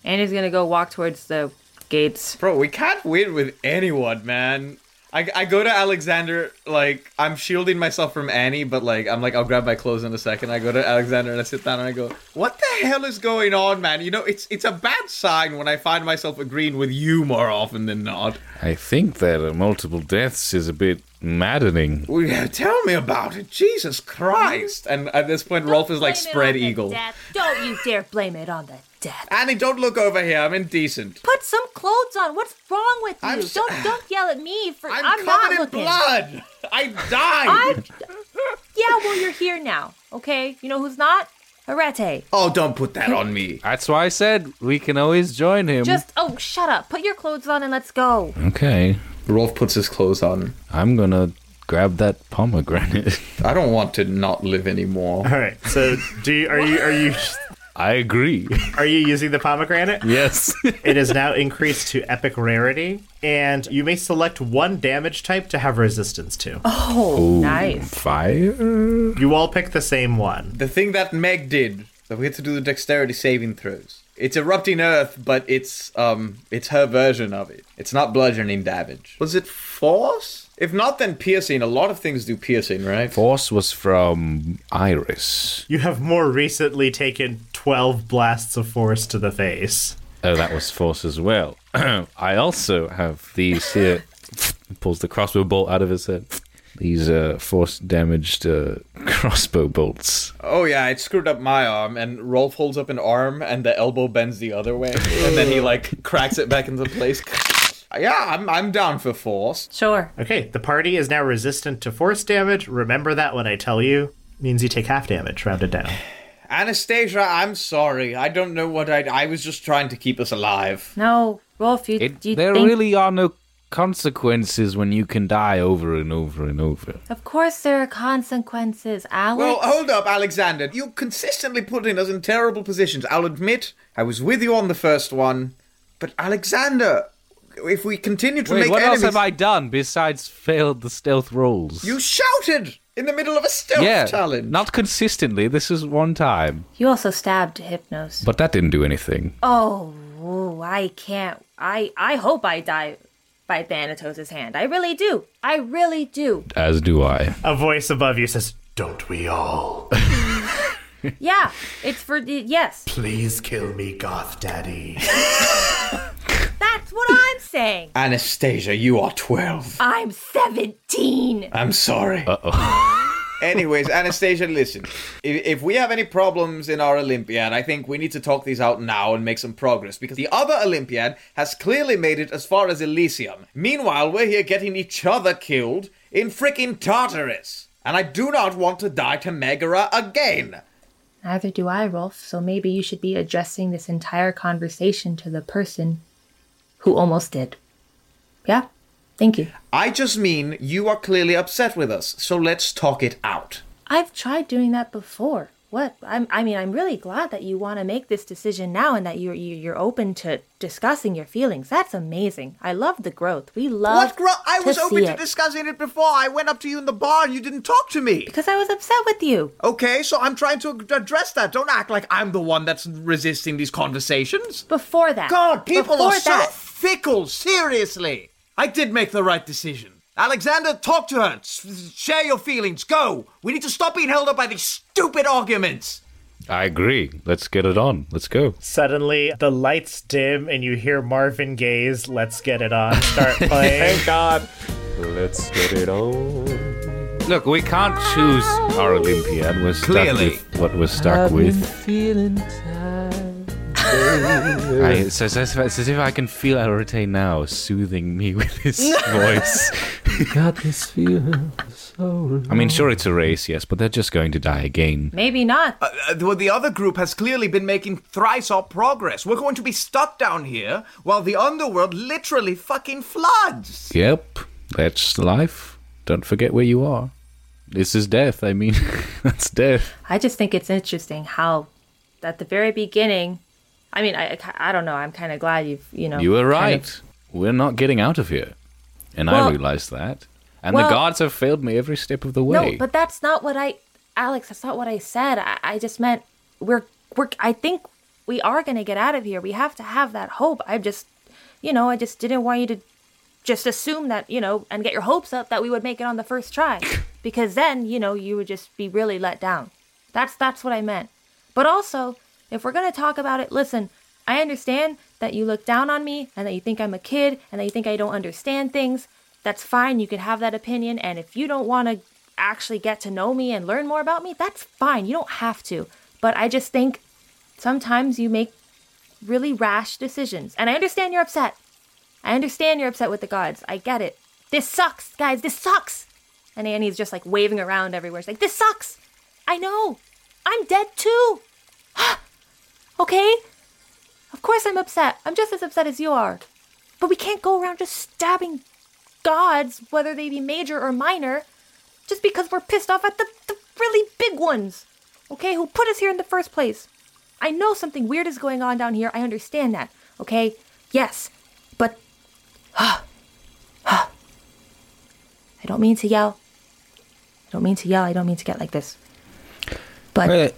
Speaker 6: Annie's gonna go walk towards the gates.
Speaker 5: Bro, we can't win with anyone, man. I, I go to Alexander, like, I'm shielding myself from Annie, but, like, I'm like, I'll grab my clothes in a second. I go to Alexander and I sit down and I go, What the hell is going on, man? You know, it's it's a bad sign when I find myself agreeing with you more often than not.
Speaker 17: I think that uh, multiple deaths is a bit maddening.
Speaker 5: Well, yeah, uh, tell me about it. Jesus Christ. And at this point, Rolf is like spread eagle.
Speaker 1: Dad, don't you dare blame it on the death.
Speaker 5: Annie, don't look over here. I'm indecent.
Speaker 1: Put some clothes on. What's wrong with you?
Speaker 5: I'm s-
Speaker 1: don't don't yell at me for I'm, not
Speaker 5: covered in
Speaker 1: looking.
Speaker 5: blood. I
Speaker 1: I'm-
Speaker 5: died.
Speaker 1: yeah, well you're here now. Okay, you know who's not? Arete.
Speaker 5: Oh, don't put that on me.
Speaker 15: (laughs)
Speaker 17: That's why I said we can always join him.
Speaker 1: Just oh, shut up. Put your clothes on and let's go.
Speaker 17: Okay.
Speaker 5: Rolf puts his clothes on.
Speaker 17: I'm gonna grab that pomegranate.
Speaker 5: (laughs) I don't want to not live anymore.
Speaker 3: All right. So, do you, are you are you
Speaker 17: I agree.
Speaker 3: Are you using the pomegranate?
Speaker 17: Yes.
Speaker 3: (laughs) it is now increased to epic rarity, and you may select one damage type to have resistance to.
Speaker 6: Oh, nice.
Speaker 17: Fire?
Speaker 3: You all pick the same one.
Speaker 5: The thing that Meg did, that we had to do the dexterity saving throws. It's erupting earth, but it's um it's her version of it. It's not bludgeoning damage. Was it force? If not then piercing. A lot of things do piercing, right?
Speaker 17: Force was from Iris.
Speaker 3: You have more recently taken 12 blasts of force to the face.
Speaker 17: Oh, that was force as well. (clears throat) I also have these here. pulls the crossbow bolt out of his head. These uh, force damaged uh, (laughs) crossbow bolts.
Speaker 5: Oh yeah, it screwed up my arm, and Rolf holds up an arm, and the elbow bends the other way, and then he like cracks it back into place. yeah, I'm I'm down for force.
Speaker 6: Sure.
Speaker 3: Okay, the party is now resistant to force damage. Remember that when I tell you. Means you take half damage, rounded down.
Speaker 5: Anastasia, I'm sorry. I don't know what I. I was just trying to keep us alive.
Speaker 6: No, Rolf, you, you
Speaker 17: There
Speaker 6: think-
Speaker 17: really are no consequences when you can die over and over and over.
Speaker 6: Of course there are consequences, Alex.
Speaker 5: Well, hold up, Alexander. You're consistently putting us in terrible positions. I'll admit, I was with you on the first one, but Alexander, if we continue to
Speaker 17: Wait,
Speaker 5: make
Speaker 17: what
Speaker 5: enemies,
Speaker 17: else have I done besides failed the stealth rolls?
Speaker 5: you shouted in the middle of a stealth
Speaker 17: yeah,
Speaker 5: challenge.
Speaker 17: not consistently. This is one time,
Speaker 6: You also stabbed Hypnos.
Speaker 17: but that didn't do anything.
Speaker 6: Oh, ooh, I can't. I I hope I die by Thanatos' hand. I really do. I really do.
Speaker 17: As do I.
Speaker 3: A voice above you says, Don't we all?
Speaker 6: Yeah, it's for the yes.
Speaker 3: Please kill me, Goth Daddy.
Speaker 6: That's what I'm saying.
Speaker 5: (laughs) Anastasia, you are twelve.
Speaker 6: I'm 17.
Speaker 5: I'm sorry.
Speaker 17: Uh oh.
Speaker 5: (laughs) Anyways, Anastasia, listen. If, if we have any problems in our Olympiad, I think we need to talk these out now and make some progress because the other Olympiad has clearly made it as far as Elysium. Meanwhile, we're here getting each other killed in fricking Tartarus. And I do not want to die to Megara again.
Speaker 6: Neither do I, Rolf, so maybe you should be addressing this entire conversation to the person who almost did. Yeah? Thank you.
Speaker 5: I just mean you are clearly upset with us, so let's talk it out.
Speaker 6: I've tried doing that before. What? I'm, I mean, I'm really glad that you want to make this decision now and that you're, you- you're open to discussing your feelings. That's amazing. I love the growth. We love
Speaker 5: What, girl? I was
Speaker 6: to
Speaker 5: open
Speaker 6: see
Speaker 5: to
Speaker 6: it.
Speaker 5: discussing it before. I went up to you in the bar and you didn't talk to me.
Speaker 6: Because I was upset with you.
Speaker 5: Okay, so I'm trying to ad- address that. Don't act like I'm the one that's resisting these conversations.
Speaker 6: Before that.
Speaker 5: God, people
Speaker 6: before
Speaker 5: are
Speaker 6: that.
Speaker 5: so fickle. Seriously, I did make the right decision. Alexander, talk to her. S- share your feelings. Go. We need to stop being held up by these stupid arguments.
Speaker 17: I agree. Let's get it on. Let's go.
Speaker 3: Suddenly, the lights dim and you hear Marvin Gaye's Let's Get It On
Speaker 18: (laughs)
Speaker 3: start playing.
Speaker 18: Thank God. Let's get it on.
Speaker 17: Look, we can't choose our Olympiad. We're stuck
Speaker 5: Clearly.
Speaker 17: with what we're
Speaker 15: Um,
Speaker 17: stuck with. I, it's, it's, it's, it's as if I can feel Arate now soothing me (laughs) with his voice.
Speaker 19: Got this feeling so.
Speaker 17: I mean, sure, it's a race, yes, but they're just going to die again.
Speaker 6: Maybe not.
Speaker 5: Uh, uh, the, the other group has clearly been making thrice our progress. We're going to be stuck down here while the underworld literally fucking floods.
Speaker 17: Yep, that's life. Don't forget where you are. This is death, I mean, (laughs) that's death.
Speaker 6: I just think it's interesting how, at the very beginning, I mean, I, I- I don't know. I'm kind of glad you've, you know.
Speaker 17: you were
Speaker 6: kind
Speaker 17: right.
Speaker 6: of-
Speaker 17: We're not getting out of here. And
Speaker 6: Well-
Speaker 17: I realized that. And
Speaker 6: well-
Speaker 17: the gods have failed me every step of the way.
Speaker 6: no, but that's not what I, Alex. That's not what I said. I, I just meant we're we're. I think we are gonna get out of here. We have to have that hope. I just, you know, I just didn't want you to just assume that, you know, and get your hopes up that we would make it on the first try. Because then, you know, you would just be really let down. That's that's what I meant. But also, if we're going to talk about it, listen, I understand that you look down on me and that you think I'm a kid and that you think I don't understand things. That's fine. You can have that opinion and if you don't want to actually get to know me and learn more about me, that's fine. You don't have to. But I just think sometimes you make really rash decisions. And I understand you're upset. I understand you're upset with the gods. I get it. This sucks, guys. This sucks. And Annie's just like waving around everywhere. She's like, this sucks. I know. I'm dead too. (gasps) okay? Of course I'm upset. I'm just as upset as you are. But we can't go around just stabbing gods, whether they be major or minor, just because we're pissed off at the, the really big ones, okay, who put us here in the first place. I know something weird is going on down here. I understand that, okay? Yes, but. I don't mean to yell. I don't mean to yell. I don't mean to get like this. But.
Speaker 17: Well,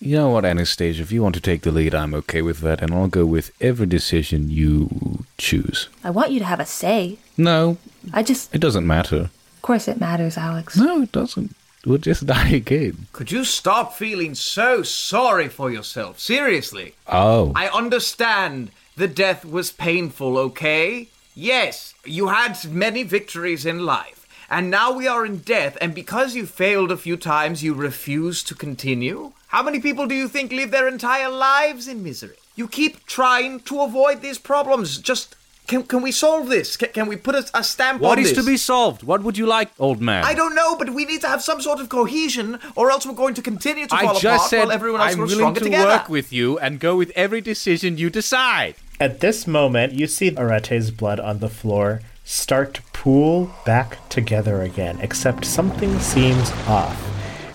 Speaker 17: you know what, Anastasia? If you want to take the lead, I'm okay with that, and I'll go with every decision you choose.
Speaker 6: I want you to have a say.
Speaker 17: No,
Speaker 6: I just.
Speaker 17: it doesn't matter.
Speaker 6: Of course it matters, Alex.
Speaker 17: No, it doesn't. We'll just (laughs) die again.
Speaker 5: Could you stop feeling so sorry for yourself? Seriously.
Speaker 17: Oh.
Speaker 5: I understand the death was painful, okay? Yes, you had many victories in life, and now we are in death, and because you failed a few times, you refuse to continue? How many people do you think live their entire lives in misery? You keep trying to avoid these problems. Just can, can we solve this? Can, can we put a, a stamp
Speaker 17: What
Speaker 5: on
Speaker 17: is
Speaker 5: this?
Speaker 17: to be solved? What would you like, old man?
Speaker 5: I don't know, but we need to have some sort of cohesion, or else we're going to continue to
Speaker 17: I
Speaker 5: fall apart
Speaker 17: just said
Speaker 5: while everyone else
Speaker 17: I'm
Speaker 5: grows
Speaker 17: willing
Speaker 5: stronger
Speaker 17: to
Speaker 5: together.
Speaker 17: work with you and go with every decision you decide.
Speaker 3: At this moment, you see Arate's blood on the floor start to pool back together again, except something seems off.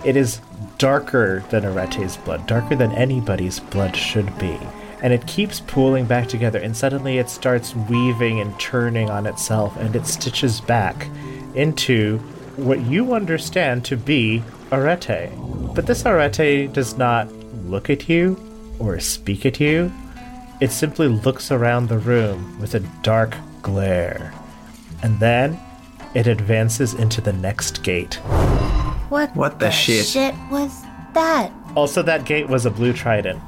Speaker 3: It is darker than Arate's blood, darker than anybody's blood should be. And it keeps pooling back together, and suddenly it starts weaving and turning on itself, and it stitches back into what you understand to be Arete. But this Arete does not look at you or speak at you. It simply looks around the room with a dark glare. And then it advances into the next gate.
Speaker 6: What,
Speaker 3: What the the shit? shit
Speaker 6: was that?
Speaker 3: Also, that gate was a blue trident.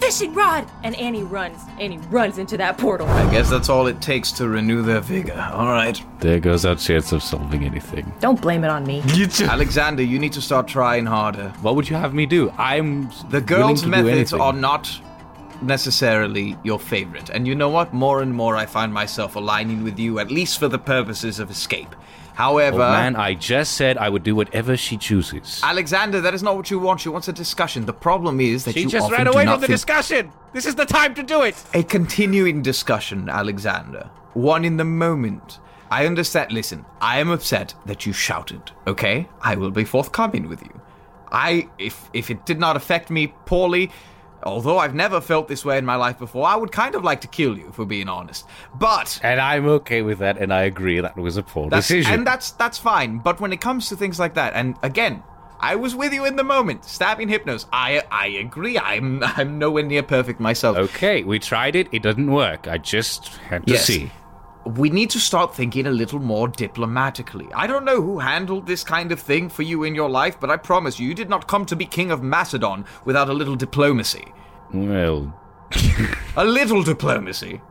Speaker 20: Fishing rod! And Annie runs. Annie runs into that portal.
Speaker 5: I guess that's all it takes to renew their vigor. All right.
Speaker 17: There goes our chance of solving anything.
Speaker 20: Don't blame it on me.
Speaker 5: Alexander, you need to start trying harder.
Speaker 17: What would you have me do? I'm
Speaker 5: the girls'
Speaker 17: to do
Speaker 5: methods
Speaker 17: anything.
Speaker 5: are not necessarily your favorite, and you know what? More and more, I find myself aligning with you, at least for the purposes of escape. However,
Speaker 17: Old Oh, man, I just said I would do whatever she chooses.
Speaker 5: Alexander, that is not what you want. She wants a discussion. The problem is that
Speaker 17: She
Speaker 5: you
Speaker 17: just
Speaker 5: often
Speaker 17: ran
Speaker 5: do
Speaker 17: away
Speaker 5: not
Speaker 17: from the
Speaker 5: think-
Speaker 17: discussion. This is the time to do it.
Speaker 5: A continuing discussion, Alexander. One in the moment. I understand. Listen, I am upset that you shouted. Okay, I will be forthcoming with you. I, if if it did not affect me poorly, although I've never felt this way in my life before, I would kind of like to kill you, if we're being honest. But
Speaker 17: and I'm okay with that, and I agree that was a poor
Speaker 5: That's,
Speaker 17: decision.
Speaker 5: and that's that's fine. But when it comes to things like that, and again, I was with you in the moment, stabbing hypnos. I I agree. I'm (laughs) I'm nowhere near perfect myself.
Speaker 17: Okay, we tried it. It doesn't work. I just had to
Speaker 5: Yes.
Speaker 17: see.
Speaker 5: We need to start thinking a little more diplomatically. I don't know who handled this kind of thing for you in your life, but I promise you, you did not come to be king of Macedon without a little diplomacy.
Speaker 17: Well,
Speaker 5: A little diplomacy.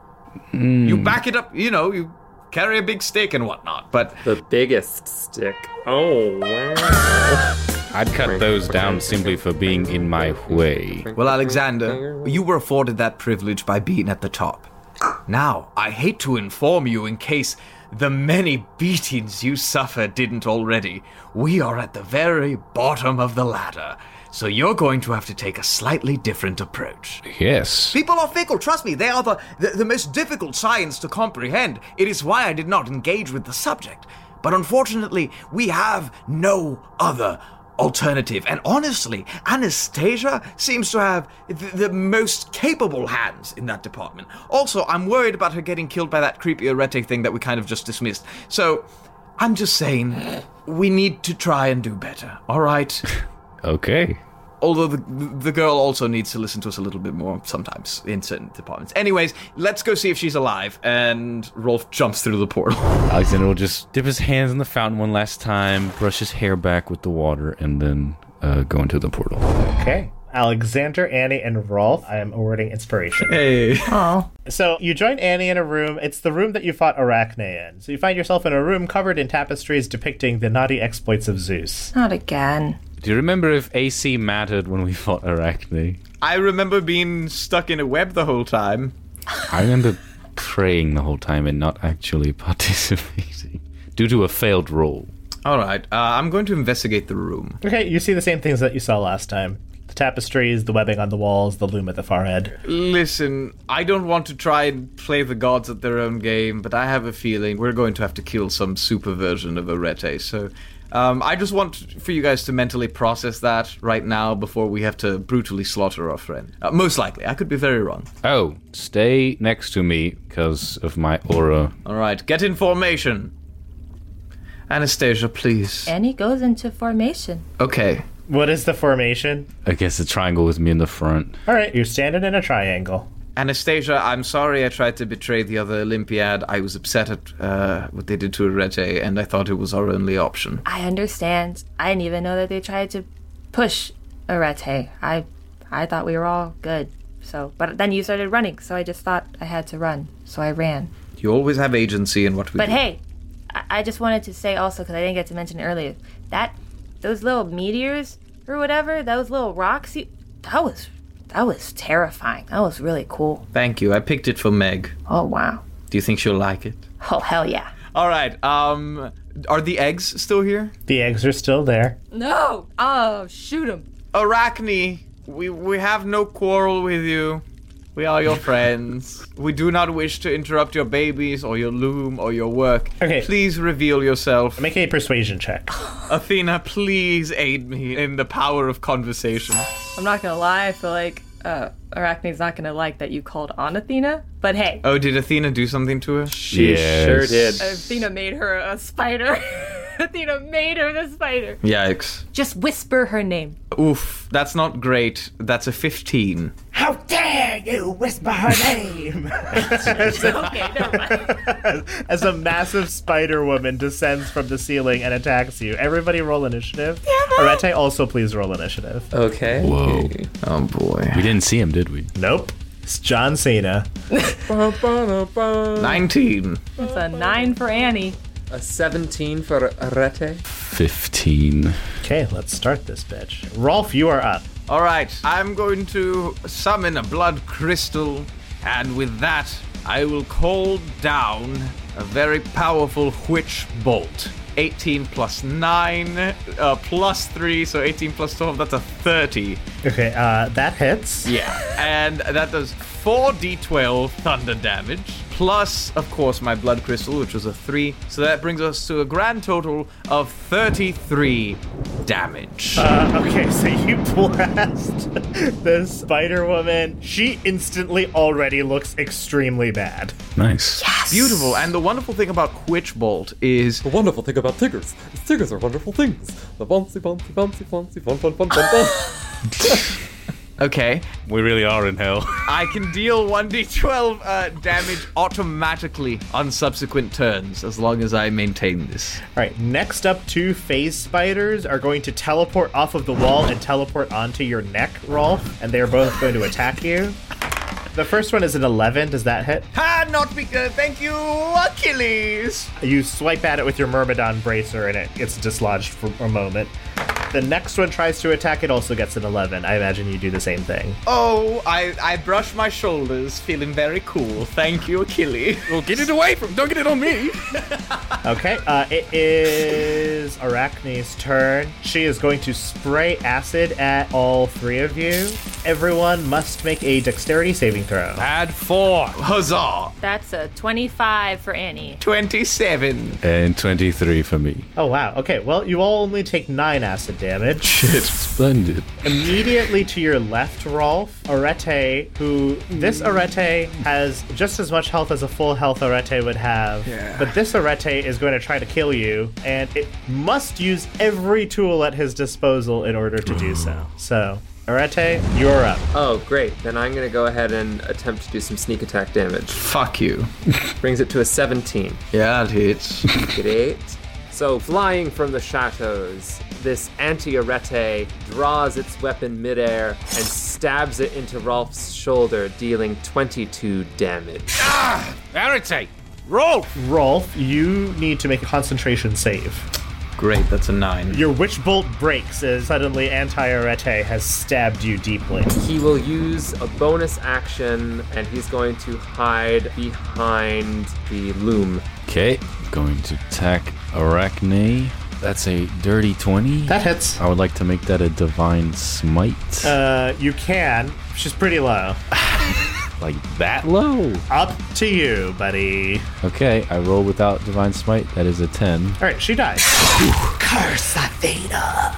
Speaker 17: Mm.
Speaker 5: You
Speaker 17: Hmm.
Speaker 5: back it up. You know, you carry a big stick and whatnot. But
Speaker 21: the biggest stick. Oh wow!
Speaker 17: I'd cut those down simply for being in my way.
Speaker 5: Well, Alexander, you were afforded that privilege by being at the top. Now, I hate to inform you in case the many beatings you suffer didn't already. We are at the very bottom of the ladder, so you're going to have to take a slightly different approach.
Speaker 17: Yes.
Speaker 5: People are fickle, trust me, they are the, the, the most difficult science to comprehend. It is why I did not engage with the subject. But unfortunately, we have no other alternative. And honestly, Anastasia seems to have the, the most capable hands in that department. Also, I'm worried about her getting killed by that creepy erete thing that we kind of just dismissed. So, I'm just saying, we need to try and do better, alright?
Speaker 17: Okay.
Speaker 5: Although the, the girl also needs to listen to us a little bit more sometimes in certain departments. Anyways, let's go see if she's alive. And Rolf jumps through the portal.
Speaker 15: Alexander will just dip his hands in the fountain one last time, brush his hair back with the water, and then uh, go into the portal.
Speaker 3: Okay. Alexander, Annie, and Rolf. I am awarding inspiration.
Speaker 15: Hey.
Speaker 22: Oh.
Speaker 3: So you join Annie in a room. It's the room that you fought Arachne in. So you find yourself in a room covered in tapestries depicting the naughty exploits of Zeus.
Speaker 22: Not again.
Speaker 15: Do you remember if AC mattered when we (laughs) fought Arachne?
Speaker 5: I remember being stuck in a web the whole time.
Speaker 15: I remember praying the whole time and not actually (laughs) participating due to a failed roll.
Speaker 5: All right, uh, I'm going to investigate the room.
Speaker 3: Okay, you see the same things that you saw last time. The tapestries, the webbing on the walls, the loom at the far end.
Speaker 5: Listen, I don't want to try and play the gods at their own game, but I have a feeling we're going to have to kill some super version of Arete. So um, I just want for you guys to mentally process that right now before we have to brutally slaughter our friend. Uh, most likely. I could be very wrong.
Speaker 15: Oh, stay next to me because of my aura.
Speaker 5: All right, get in formation. Anastasia, please.
Speaker 22: And he goes into formation.
Speaker 5: Okay.
Speaker 3: What is the formation?
Speaker 15: I guess the triangle was me in the front.
Speaker 3: All right, you're standing in a triangle.
Speaker 5: Anastasia, I'm sorry I tried to betray the other Olympiad. I was upset at uh, what they did to Arete, and I thought it was our only option.
Speaker 22: I understand. I didn't even know that they tried to push Arete. I I thought we were all good. So, but then you started running, so I just thought I had to run. So I ran.
Speaker 5: You always have agency in what we
Speaker 22: but
Speaker 5: do.
Speaker 22: hey, I, I just wanted to say also because I didn't get to mention it earlier that those little meteors or whatever, those little rocks, you, that was that was terrifying. Oh, That was really cool.
Speaker 5: Thank you. I picked it for Meg.
Speaker 22: Oh wow.
Speaker 5: Do you think she'll like it?
Speaker 22: Oh hell yeah.
Speaker 5: All right. Um, are the eggs still here?
Speaker 3: The eggs are still there.
Speaker 6: No! Oh, shoot him.
Speaker 5: Arachne, we we have no quarrel with you. We
Speaker 3: (laughs)
Speaker 5: are your friends. We do not wish to interrupt your babies or your loom or your work.
Speaker 3: Okay.
Speaker 5: Please reveal yourself.
Speaker 3: Make a persuasion check.
Speaker 5: (laughs) Athena, please aid me in the power of conversation.
Speaker 6: I'm not gonna lie, I feel like uh, Arachne's not gonna like that you called on Athena, but hey,
Speaker 5: Oh, did Athena do something to her?
Speaker 15: She Yes. sure did.
Speaker 6: Athena made her a spider. (laughs) Athena made her the spider.
Speaker 5: Yikes.
Speaker 22: Just whisper her name.
Speaker 5: Oof, that's not great. That's a 15.
Speaker 22: How dare you whisper
Speaker 6: (laughs)
Speaker 16: (laughs)
Speaker 22: her name?
Speaker 3: As a massive spider woman descends from the ceiling and attacks you. Everybody roll initiative. Arete also please roll initiative.
Speaker 4: Okay.
Speaker 15: Whoa.
Speaker 5: Oh boy.
Speaker 15: We didn't see him, did we?
Speaker 3: Nope. It's John Cena.
Speaker 7: Uh,
Speaker 5: 19.
Speaker 6: It's a nine for Annie.
Speaker 4: A 17 for Arete.
Speaker 15: 15.
Speaker 3: Okay, let's start this bitch. Rolf, you are up.
Speaker 5: All right, I'm going to summon a blood crystal, and with that, I will call down a very powerful witch bolt. 18 plus 9, uh, plus 3, so 18 plus 12, that's a 30.
Speaker 3: Okay, uh, that hits.
Speaker 5: Yeah, and that does 4d12 thunder damage, plus, of course, my blood crystal, which was a 3. So that brings us to a grand total of 33 damage.
Speaker 3: Uh, okay, so you (laughs) blast this Spider Woman. She instantly already looks extremely bad.
Speaker 15: Nice.
Speaker 5: Beautiful. And the wonderful thing about Witch Bolt is.
Speaker 4: The wonderful thing about Tiggers is Tiggers are wonderful things. The bouncy, bouncy, bouncy, bouncy, fun, fun, fun, fun, fun.
Speaker 5: (laughs) Okay.
Speaker 15: We really are in hell. (laughs)
Speaker 5: I can deal 1d12 uh, damage automatically on subsequent turns as long as I maintain this.
Speaker 3: All right, next up, two phase spiders are going to teleport off of the wall and teleport onto your neck, Rolf, and they are both going to attack you. The first one is an 11. Does that hit?
Speaker 5: Ah, not because. Thank you, Achilles!
Speaker 3: You swipe at it with your Myrmidon bracer and it gets dislodged for a moment. The next one tries to attack, it also gets an 11. I imagine you do the same thing.
Speaker 5: Oh, I, I brush my shoulders, feeling very cool. Thank you, Achilles. Well,
Speaker 15: get it away from. Don't get it on me.
Speaker 3: Okay, uh, it is Arachne's turn. She is going to spray acid at all three of you. Everyone must make a dexterity saving throw.
Speaker 15: Add four.
Speaker 5: Huzzah.
Speaker 6: That's a 25 for Annie.
Speaker 5: 27.
Speaker 15: And 23 for me.
Speaker 3: Oh, wow. Okay, well, you all only take nine acid damage.
Speaker 15: Shit. Splendid.
Speaker 3: Immediately to your left, Rolf, Arete, who this Arete has just as much health as a full health Arete would have. But this Arete is going to try to kill you, and it must use every tool at his disposal in order to do so. So, Arete, you're up.
Speaker 7: Oh, great. Then I'm going to go ahead and attempt to do some sneak attack damage.
Speaker 9: Fuck you.
Speaker 7: (laughs) Brings it to a 17.
Speaker 9: Yeah, it hits.
Speaker 7: Great. So, flying from the shadows, this anti arete draws its weapon midair and stabs it into Rolf's shoulder, dealing 22 damage.
Speaker 3: Arete! Rolf! Rolf, you need to make a concentration save.
Speaker 5: Great, that's a nine.
Speaker 3: Your witch bolt breaks as suddenly anti arete has stabbed you deeply.
Speaker 7: He will use a bonus action and he's going to hide behind the loom.
Speaker 15: Okay, going to attack Arachne. That's a dirty 20.
Speaker 3: That hits.
Speaker 15: I would like to make that a divine smite.
Speaker 3: Uh, you can. She's pretty low.
Speaker 15: (sighs) like that low?
Speaker 3: Up to you, buddy.
Speaker 15: Okay, I roll without divine smite. That is a 10.
Speaker 3: All right, she dies. Curse Athena.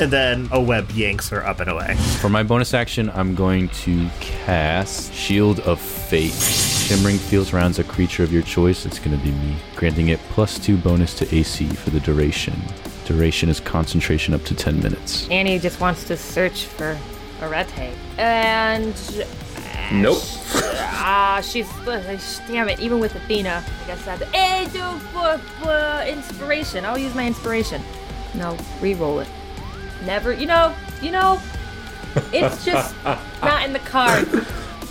Speaker 3: And then a web yanks her up and away.
Speaker 15: For my bonus action, I'm going to cast Shield of Fate. Shimmering fields rounds a creature of your choice. It's going to be me, granting it plus two bonus to AC for the duration. Duration is concentration up to 10 minutes.
Speaker 6: Annie just wants to search for Arete. And.
Speaker 7: Nope.
Speaker 6: (laughs) Ah, she's. uh, sh- Damn it, even with Athena, I guess that's. Hey, do for, for inspiration. I'll use my inspiration. No, re-roll it. Never. You know, you know,
Speaker 1: (laughs)
Speaker 6: it's just not in the cards.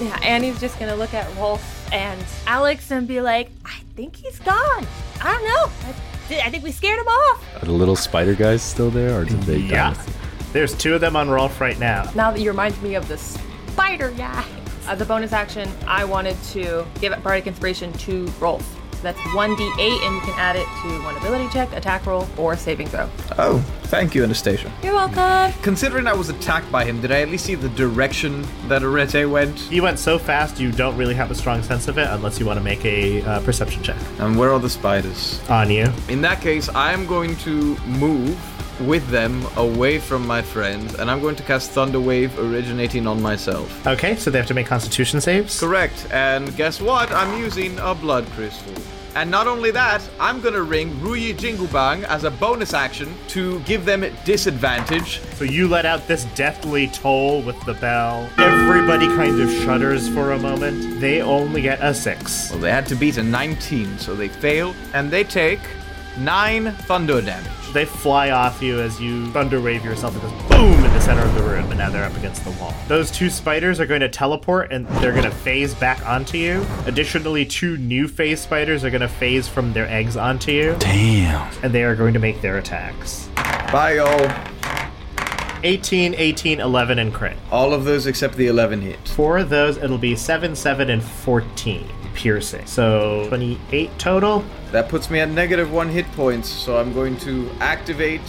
Speaker 6: Yeah, Annie's just gonna look at Rolf and Alex and be like, I think he's gone. I don't know. I, thi- I think we scared him off.
Speaker 15: Are the little spider guys still there, or did they
Speaker 3: Yeah.
Speaker 15: die?
Speaker 3: There's two of them on Rolf right now.
Speaker 6: Now that you remind me of the spider guy. As a bonus action, I wanted to give Bardic Inspiration to Rolf. So that's 1d8, and you can add it to one ability check, attack roll, or saving throw.
Speaker 5: Oh, thank you, Anastasia.
Speaker 6: You're welcome.
Speaker 5: Considering I was attacked by him, did I at least see the direction that Arete went?
Speaker 3: You went so fast, you don't really have a strong sense of it unless you want to make a uh, perception check.
Speaker 5: And where are the spiders?
Speaker 3: On you.
Speaker 5: In that case, I am going to move with them away from my friends, and I'm going to cast Thunder Wave originating on myself.
Speaker 3: Okay, so they have to make constitution saves.
Speaker 5: Correct, and guess what? I'm using a blood crystal. And not only that, I'm gonna ring Ruyi Jinglebang as a bonus action to give them disadvantage.
Speaker 3: So you let out this deathly toll with the bell. Everybody kind of shudders for a moment. They only get a six.
Speaker 5: Well, they had to beat a 19, so they fail, and they take 9 thunder damage.
Speaker 3: They fly off you as you thunderwave yourself and just boom in the center of the room, and now they're up against the wall. Those two spiders are going to teleport and they're going to phase back onto you. Additionally, two new phase spiders are going to phase from their eggs onto you.
Speaker 15: (laughs) Damn.
Speaker 3: And they are going to make their attacks.
Speaker 5: Bye, all.
Speaker 3: 18, 18, 11, and crit.
Speaker 5: All of those except the 11 hit.
Speaker 3: For those, it'll be 7, 7, and 14 piercing. So 28 total.
Speaker 5: That puts me at negative one hit points, so I'm going to activate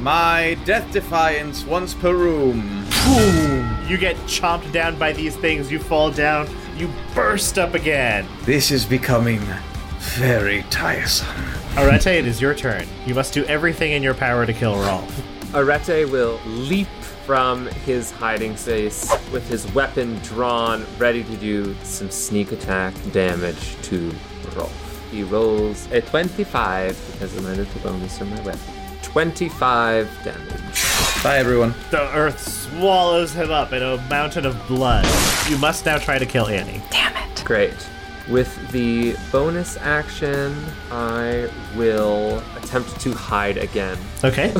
Speaker 5: my Death Defiance once per room.
Speaker 3: Boom! You get chomped down by these things. You fall down. You burst up again.
Speaker 5: This is becoming very tiresome.
Speaker 3: Arete, it is your turn. You must do everything in your power to kill Rolf.
Speaker 7: Arete will leap from his hiding space with his weapon drawn, ready to do some sneak attack damage to Rolf. He rolls a 25 because I'm added the bonus on my weapon. 25 damage.
Speaker 5: Bye, everyone.
Speaker 3: The earth swallows him up in a mountain of blood. You must now try to kill Annie.
Speaker 7: Great. With the bonus action, I will attempt to hide again. (laughs)
Speaker 3: Okay.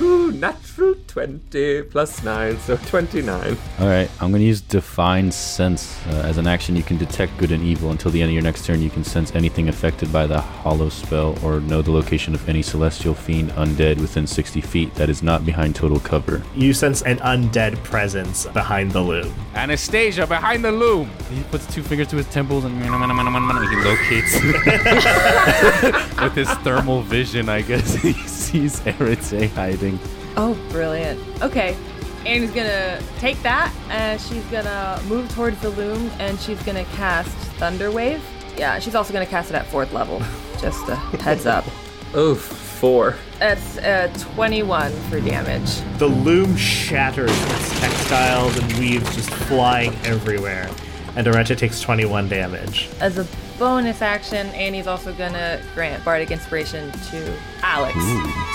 Speaker 7: Ooh, natural 20 plus 9, so 29.
Speaker 15: All right, I'm going to use Define Sense. Uh, as an action, you can detect good and evil. Until the end of your next turn, you can sense anything affected by the Hollow spell or know the location of any celestial fiend undead within 60 feet that is not behind total cover.
Speaker 3: You sense an undead presence behind the loom.
Speaker 15: Anastasia behind the loom. He puts two fingers to his temples and he locates (laughs) with his thermal vision. I guess (laughs) he sees Arete hiding.
Speaker 6: Oh, brilliant. Okay. Annie's gonna take that, and she's gonna move towards the loom, and she's gonna cast (laughs) Thunder Wave. Yeah, she's also gonna cast it at fourth level. Just a heads up.
Speaker 7: Oof. four.
Speaker 16: That's uh, 21 for damage.
Speaker 3: The loom shatters its textiles and weaves just flying everywhere. And Areta takes 21 damage.
Speaker 6: As a bonus action, Annie's also gonna grant bardic inspiration to Alex.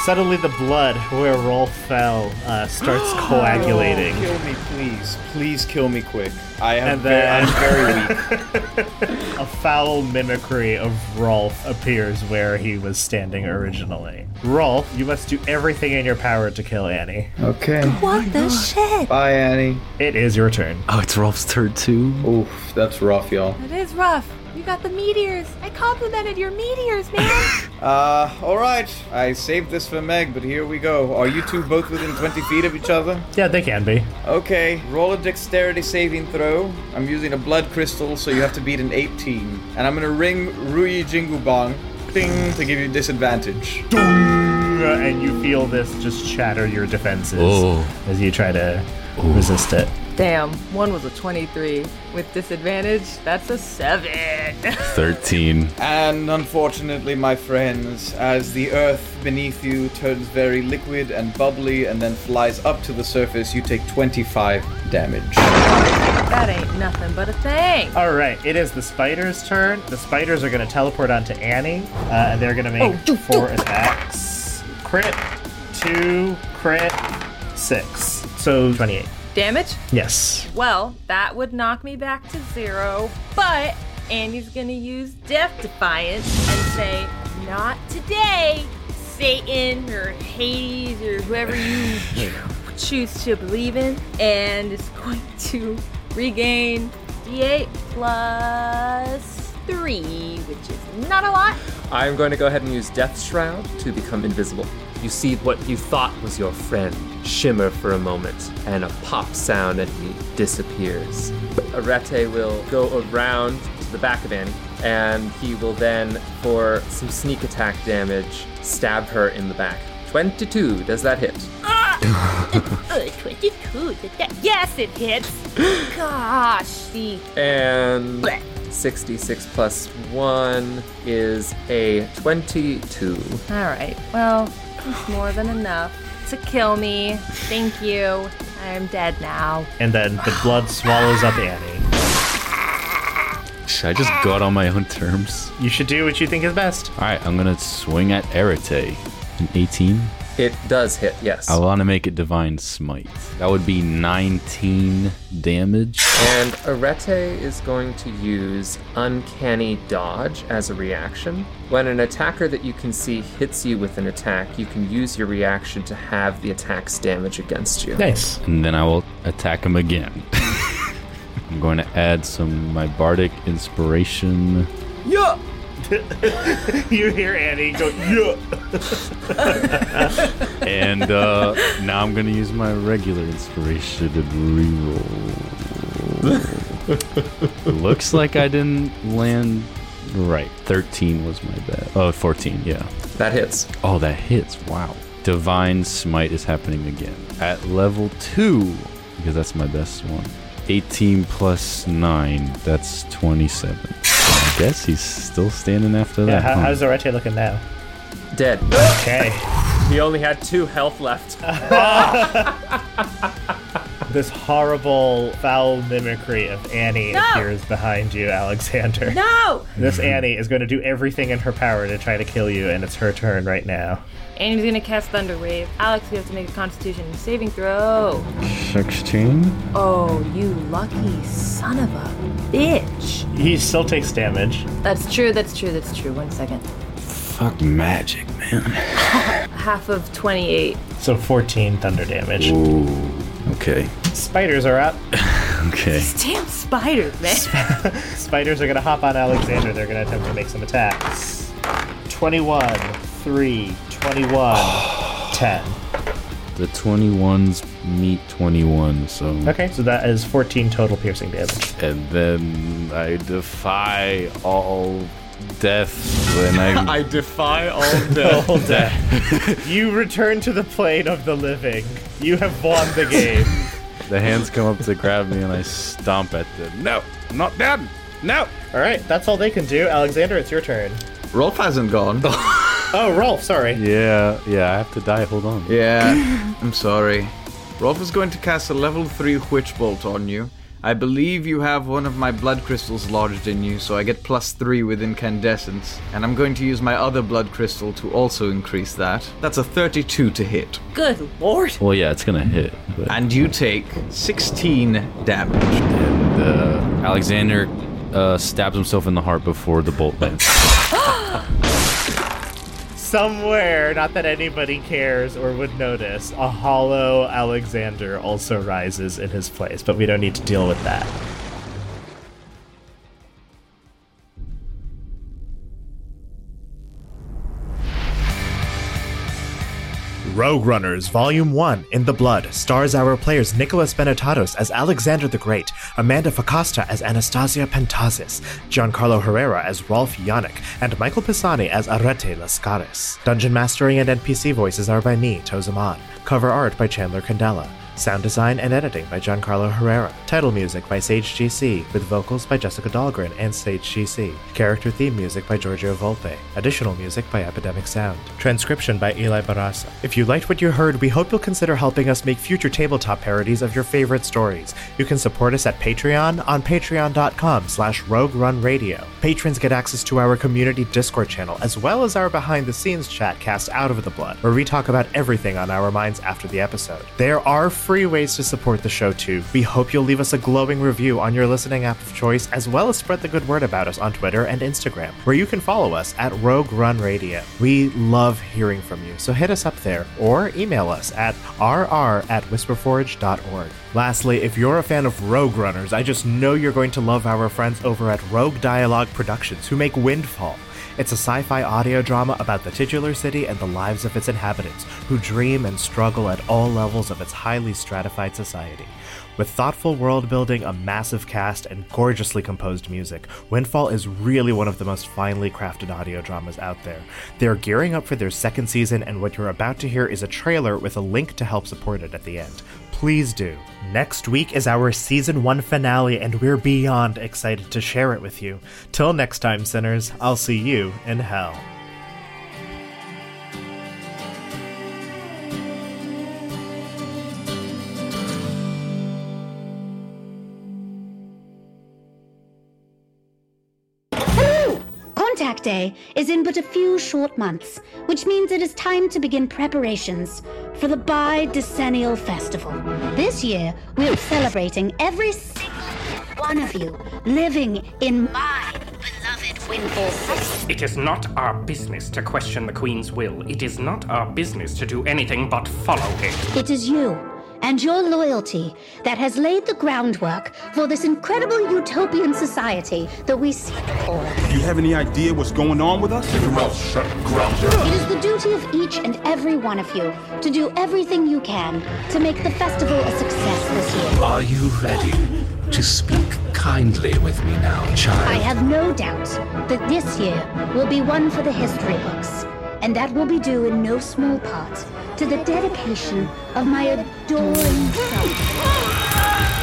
Speaker 3: Suddenly, the blood where Rolf fell uh,
Speaker 2: (gasps)
Speaker 3: starts coagulating.
Speaker 23: Kill me, please. Please kill me quick. I
Speaker 3: And
Speaker 23: am very,
Speaker 3: then-
Speaker 23: I'm very weak.
Speaker 3: (laughs) A foul mimicry of Rolf appears where he was
Speaker 23: Oh.
Speaker 3: standing originally. Rolf, you must do everything in your power to kill Annie.
Speaker 24: Okay.
Speaker 2: What the shit?
Speaker 24: Bye, Annie.
Speaker 3: It is your turn.
Speaker 24: Oh, it's Rolf's turn too. Oof, that's rough, y'all.
Speaker 2: It is rough. You got the meteors. I complimented your meteors,
Speaker 6: (laughs)
Speaker 2: man.
Speaker 23: Uh, alright. I saved this for Meg, but here we go. Are you two both within 20 feet of each other?
Speaker 3: Yeah, they can be.
Speaker 23: Okay, roll a dexterity saving throw. I'm using a blood crystal, so you have to beat an 18. And I'm gonna ring Rui Jingubong. Ding! To give you disadvantage.
Speaker 3: And you feel this just shatter your defenses
Speaker 23: Oh.
Speaker 3: as you try to resist it.
Speaker 16: Damn, one was a 23 with disadvantage. That's a 7.
Speaker 6: (laughs)
Speaker 15: 13.
Speaker 23: And unfortunately, my friends, as the earth beneath you turns very liquid and bubbly and then flies up to the surface, you take 25 damage.
Speaker 6: That ain't nothing but a thing.
Speaker 3: All right, it is the spider's turn. The spiders are going to teleport onto Annie, uh, and they're going to make four attacks. Crit, two, crit, six. So 28.
Speaker 6: Damage?
Speaker 3: Yes.
Speaker 6: Well, that would knock me back to zero, but Annie's gonna use Death Defiance and say, Not today, Satan or Hades or whoever you choose to believe in, and it's going to regain D8 plus three, which is not
Speaker 3: (laughs)
Speaker 6: a lot.
Speaker 7: I'm going to go ahead and use Death Shroud to become invisible. You see what you thought was your friend shimmer for a moment, and a pop sound, and he disappears. Arete will go around to the back of Annie, and he will then, for some sneak attack damage, stab her in the back. 22, does that hit?
Speaker 2: uh, 22. did that- Yes, it hits. Gosh, the
Speaker 7: And
Speaker 2: Blech.
Speaker 7: 66 plus 1 is a 22.
Speaker 6: All right, well, that's more than enough to kill me. Thank you. I'm dead now.
Speaker 3: And then the blood swallows up Annie.
Speaker 15: Should I just go out on my own terms?
Speaker 3: You should do what you think is best.
Speaker 15: All right, I'm gonna swing at Erite. An 18.
Speaker 7: It does hit, yes.
Speaker 15: I want to make it divine smite. That would be 19 damage.
Speaker 7: And Arete is going to use Uncanny Dodge as a reaction. When an attacker that you can see hits you with an attack, you can use your reaction to have the attack's damage against you.
Speaker 15: And then I will attack him again. (laughs) I'm going to add some of my bardic inspiration.
Speaker 3: Yeah. (laughs) you hear Annie go, yeah.
Speaker 15: (laughs) And uh, now I'm going to use my regular inspiration and reroll. Looks like I didn't land right. 13 was my bad. Oh, 14, yeah.
Speaker 7: That hits.
Speaker 15: Oh, that hits. Wow. Divine Smite is happening again at level 2, because that's my best one. 18 plus 9, that's 27. I guess he's still standing after
Speaker 3: yeah
Speaker 15: that.
Speaker 3: how,
Speaker 15: huh?
Speaker 3: how's Arete looking now?
Speaker 7: Dead.
Speaker 3: Okay.
Speaker 7: He only had two
Speaker 3: (laughs)
Speaker 7: health left.
Speaker 3: This horrible foul mimicry of Annie
Speaker 6: No!
Speaker 3: appears behind you, Alexander.
Speaker 6: No!
Speaker 3: This Annie is going to do everything in her power to try to kill you, and it's her turn right now.
Speaker 6: And he's gonna cast Thunder Wave. Alex, you have to make a Constitution saving throw.
Speaker 15: 16?
Speaker 6: Oh, you lucky son of a bitch.
Speaker 3: He still takes damage.
Speaker 6: That's true, that's true, that's true. One second.
Speaker 15: Fuck magic, man.
Speaker 6: Half of 28.
Speaker 3: So 14 thunder damage.
Speaker 15: Ooh. Okay.
Speaker 3: Spiders are up.
Speaker 15: Okay.
Speaker 6: Damn spiders, man.
Speaker 3: (laughs) Spiders are going to hop on Alexander. They're going to attempt to make some attacks. 21, 3, 21,
Speaker 15: (sighs)
Speaker 3: 10.
Speaker 15: The 21s meet 21, so.
Speaker 3: Okay, so that is 14 total piercing damage.
Speaker 15: And then I defy all death. Then (laughs) I.
Speaker 3: defy all (laughs)
Speaker 15: death.
Speaker 3: all death. you return to the plane of the living. You have won the game.
Speaker 15: (laughs) the hands come up to grab me and I stomp at them. No, not dead. No.
Speaker 3: All right, that's all they can do. Alexander, it's your turn.
Speaker 5: Rolf hasn't gone.
Speaker 3: Oh, Rolf, sorry.
Speaker 15: (laughs) Yeah, yeah, I have to die. Hold on.
Speaker 5: Yeah, I'm sorry. Rolf is going to cast a level 3 Witch Bolt on you. I believe you have one of my blood crystals lodged in you, so I get plus 3 with incandescence. And I'm going to use my other blood crystal to also increase that. That's a 32 to hit.
Speaker 6: Good lord.
Speaker 15: Well, yeah, it's gonna hit.
Speaker 5: And you take 16 damage.
Speaker 15: And uh, Alexander uh, stabs himself in the heart before the bolt lands.
Speaker 3: Somewhere, not that anybody cares or would notice, a hollow Alexander also rises in his place, but we don't need to deal with that. Rogue Runners Volume 1 In the Blood stars our players Nicholas Benetatos as Alexander the Great, Amanda Facasta as Anastasia Pentazis, Giancarlo Herrera as Rolf Yannick, and Michael Pisani as Arete Lascaris. Dungeon mastering and NPC voices are by me, Tozaman. Cover art by Chandler Candela. Sound design and editing by Giancarlo Herrera. Title music by Sage GC, with vocals by Jessica Dahlgren and Sage GC. Character theme music by Giorgio Volpe. Additional music by Epidemic Sound. Transcription by Eli Barasa. If you liked what you heard, we hope you'll consider helping us make future tabletop parodies of your favorite stories. You can support us at Patreon on patreon.com slash rogue run radio. Patrons get access to our community Discord channel, as well as our behind the scenes chat cast Out of the Blood, where we talk about everything on our minds after the episode. There are free ways to support the show too. We hope you'll leave us a glowing review on your listening app of choice, as well as spread the good word about us on Twitter and Instagram, where you can follow us at Rogue Run Radio. We love hearing from you, so hit us up there or email us at rr at whisperforge.org. Lastly, if you're a fan of Rogue Runners, I just know you're going to love our friends over at Rogue Dialogue Productions, who make Windfall. It's a sci fi audio drama about the titular city and the lives of its inhabitants, who dream and struggle at all levels of its highly stratified society. With thoughtful world building, a massive cast, and gorgeously composed music, Windfall is really one of the most finely crafted audio dramas out there. They're gearing up for their second season, and what you're about to hear is a trailer with a link to help support it at the end. Please do. Next week is our season one finale, and we're beyond excited to share it with you. Till next time, sinners, I'll see you in hell.
Speaker 25: Hello! Contact Day is in but a few short months, which means it is time to begin preparations for the Bi Decennial Festival. This year, we're celebrating every single one of you living in my beloved Windfall City.
Speaker 26: It is not our business to question the Queen's will. It is not our business to do anything but follow it.
Speaker 25: It is you and your loyalty that has laid the groundwork for this incredible utopian society that we seek for.
Speaker 27: Do you have any idea what's going on with us? Your mouth shut, grounder.
Speaker 25: It is the duty of each and every one of you to do everything you can to make the festival a success this year.
Speaker 10: Are you ready to speak kindly with me now,
Speaker 25: I
Speaker 10: child?
Speaker 25: have no doubt that this year will be one for the history books, and that will be due in no small part to the dedication of my adoring self.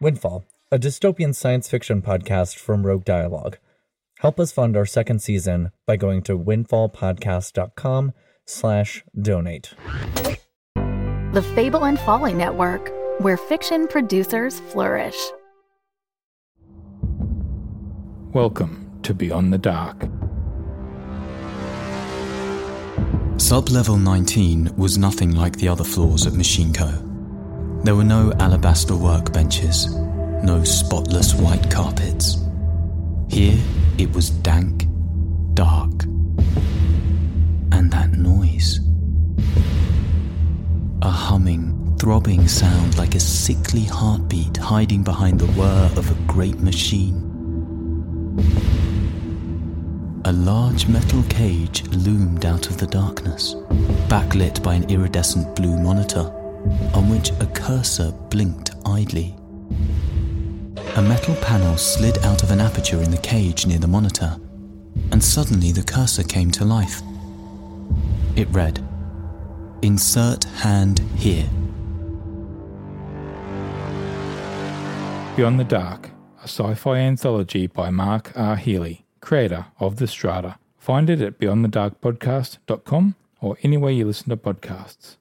Speaker 28: Windfall, a dystopian science fiction podcast from Rogue Dialogue. Help us fund our second season by going to windfallpodcast.com slash donate.
Speaker 29: The Fable and Folly Network, where fiction producers flourish.
Speaker 17: Welcome to Beyond the Dark.
Speaker 30: Sublevel 19 was nothing like the other floors of Machine Co. There were no alabaster workbenches, no spotless white carpets. Here, it was dank, dark, and that noise. A humming, throbbing sound like a sickly heartbeat hiding behind the whir of a great machine. A large metal cage loomed out of the darkness, backlit by an iridescent blue monitor, on which a cursor blinked idly. A metal panel slid out of an aperture in the cage near the monitor, and suddenly the cursor came to life. It read Insert hand here.
Speaker 17: Beyond the Dark, a sci fi anthology by Mark R. Healy, creator of the Strata. Find it at beyondthedarkpodcast.com or anywhere you listen to podcasts.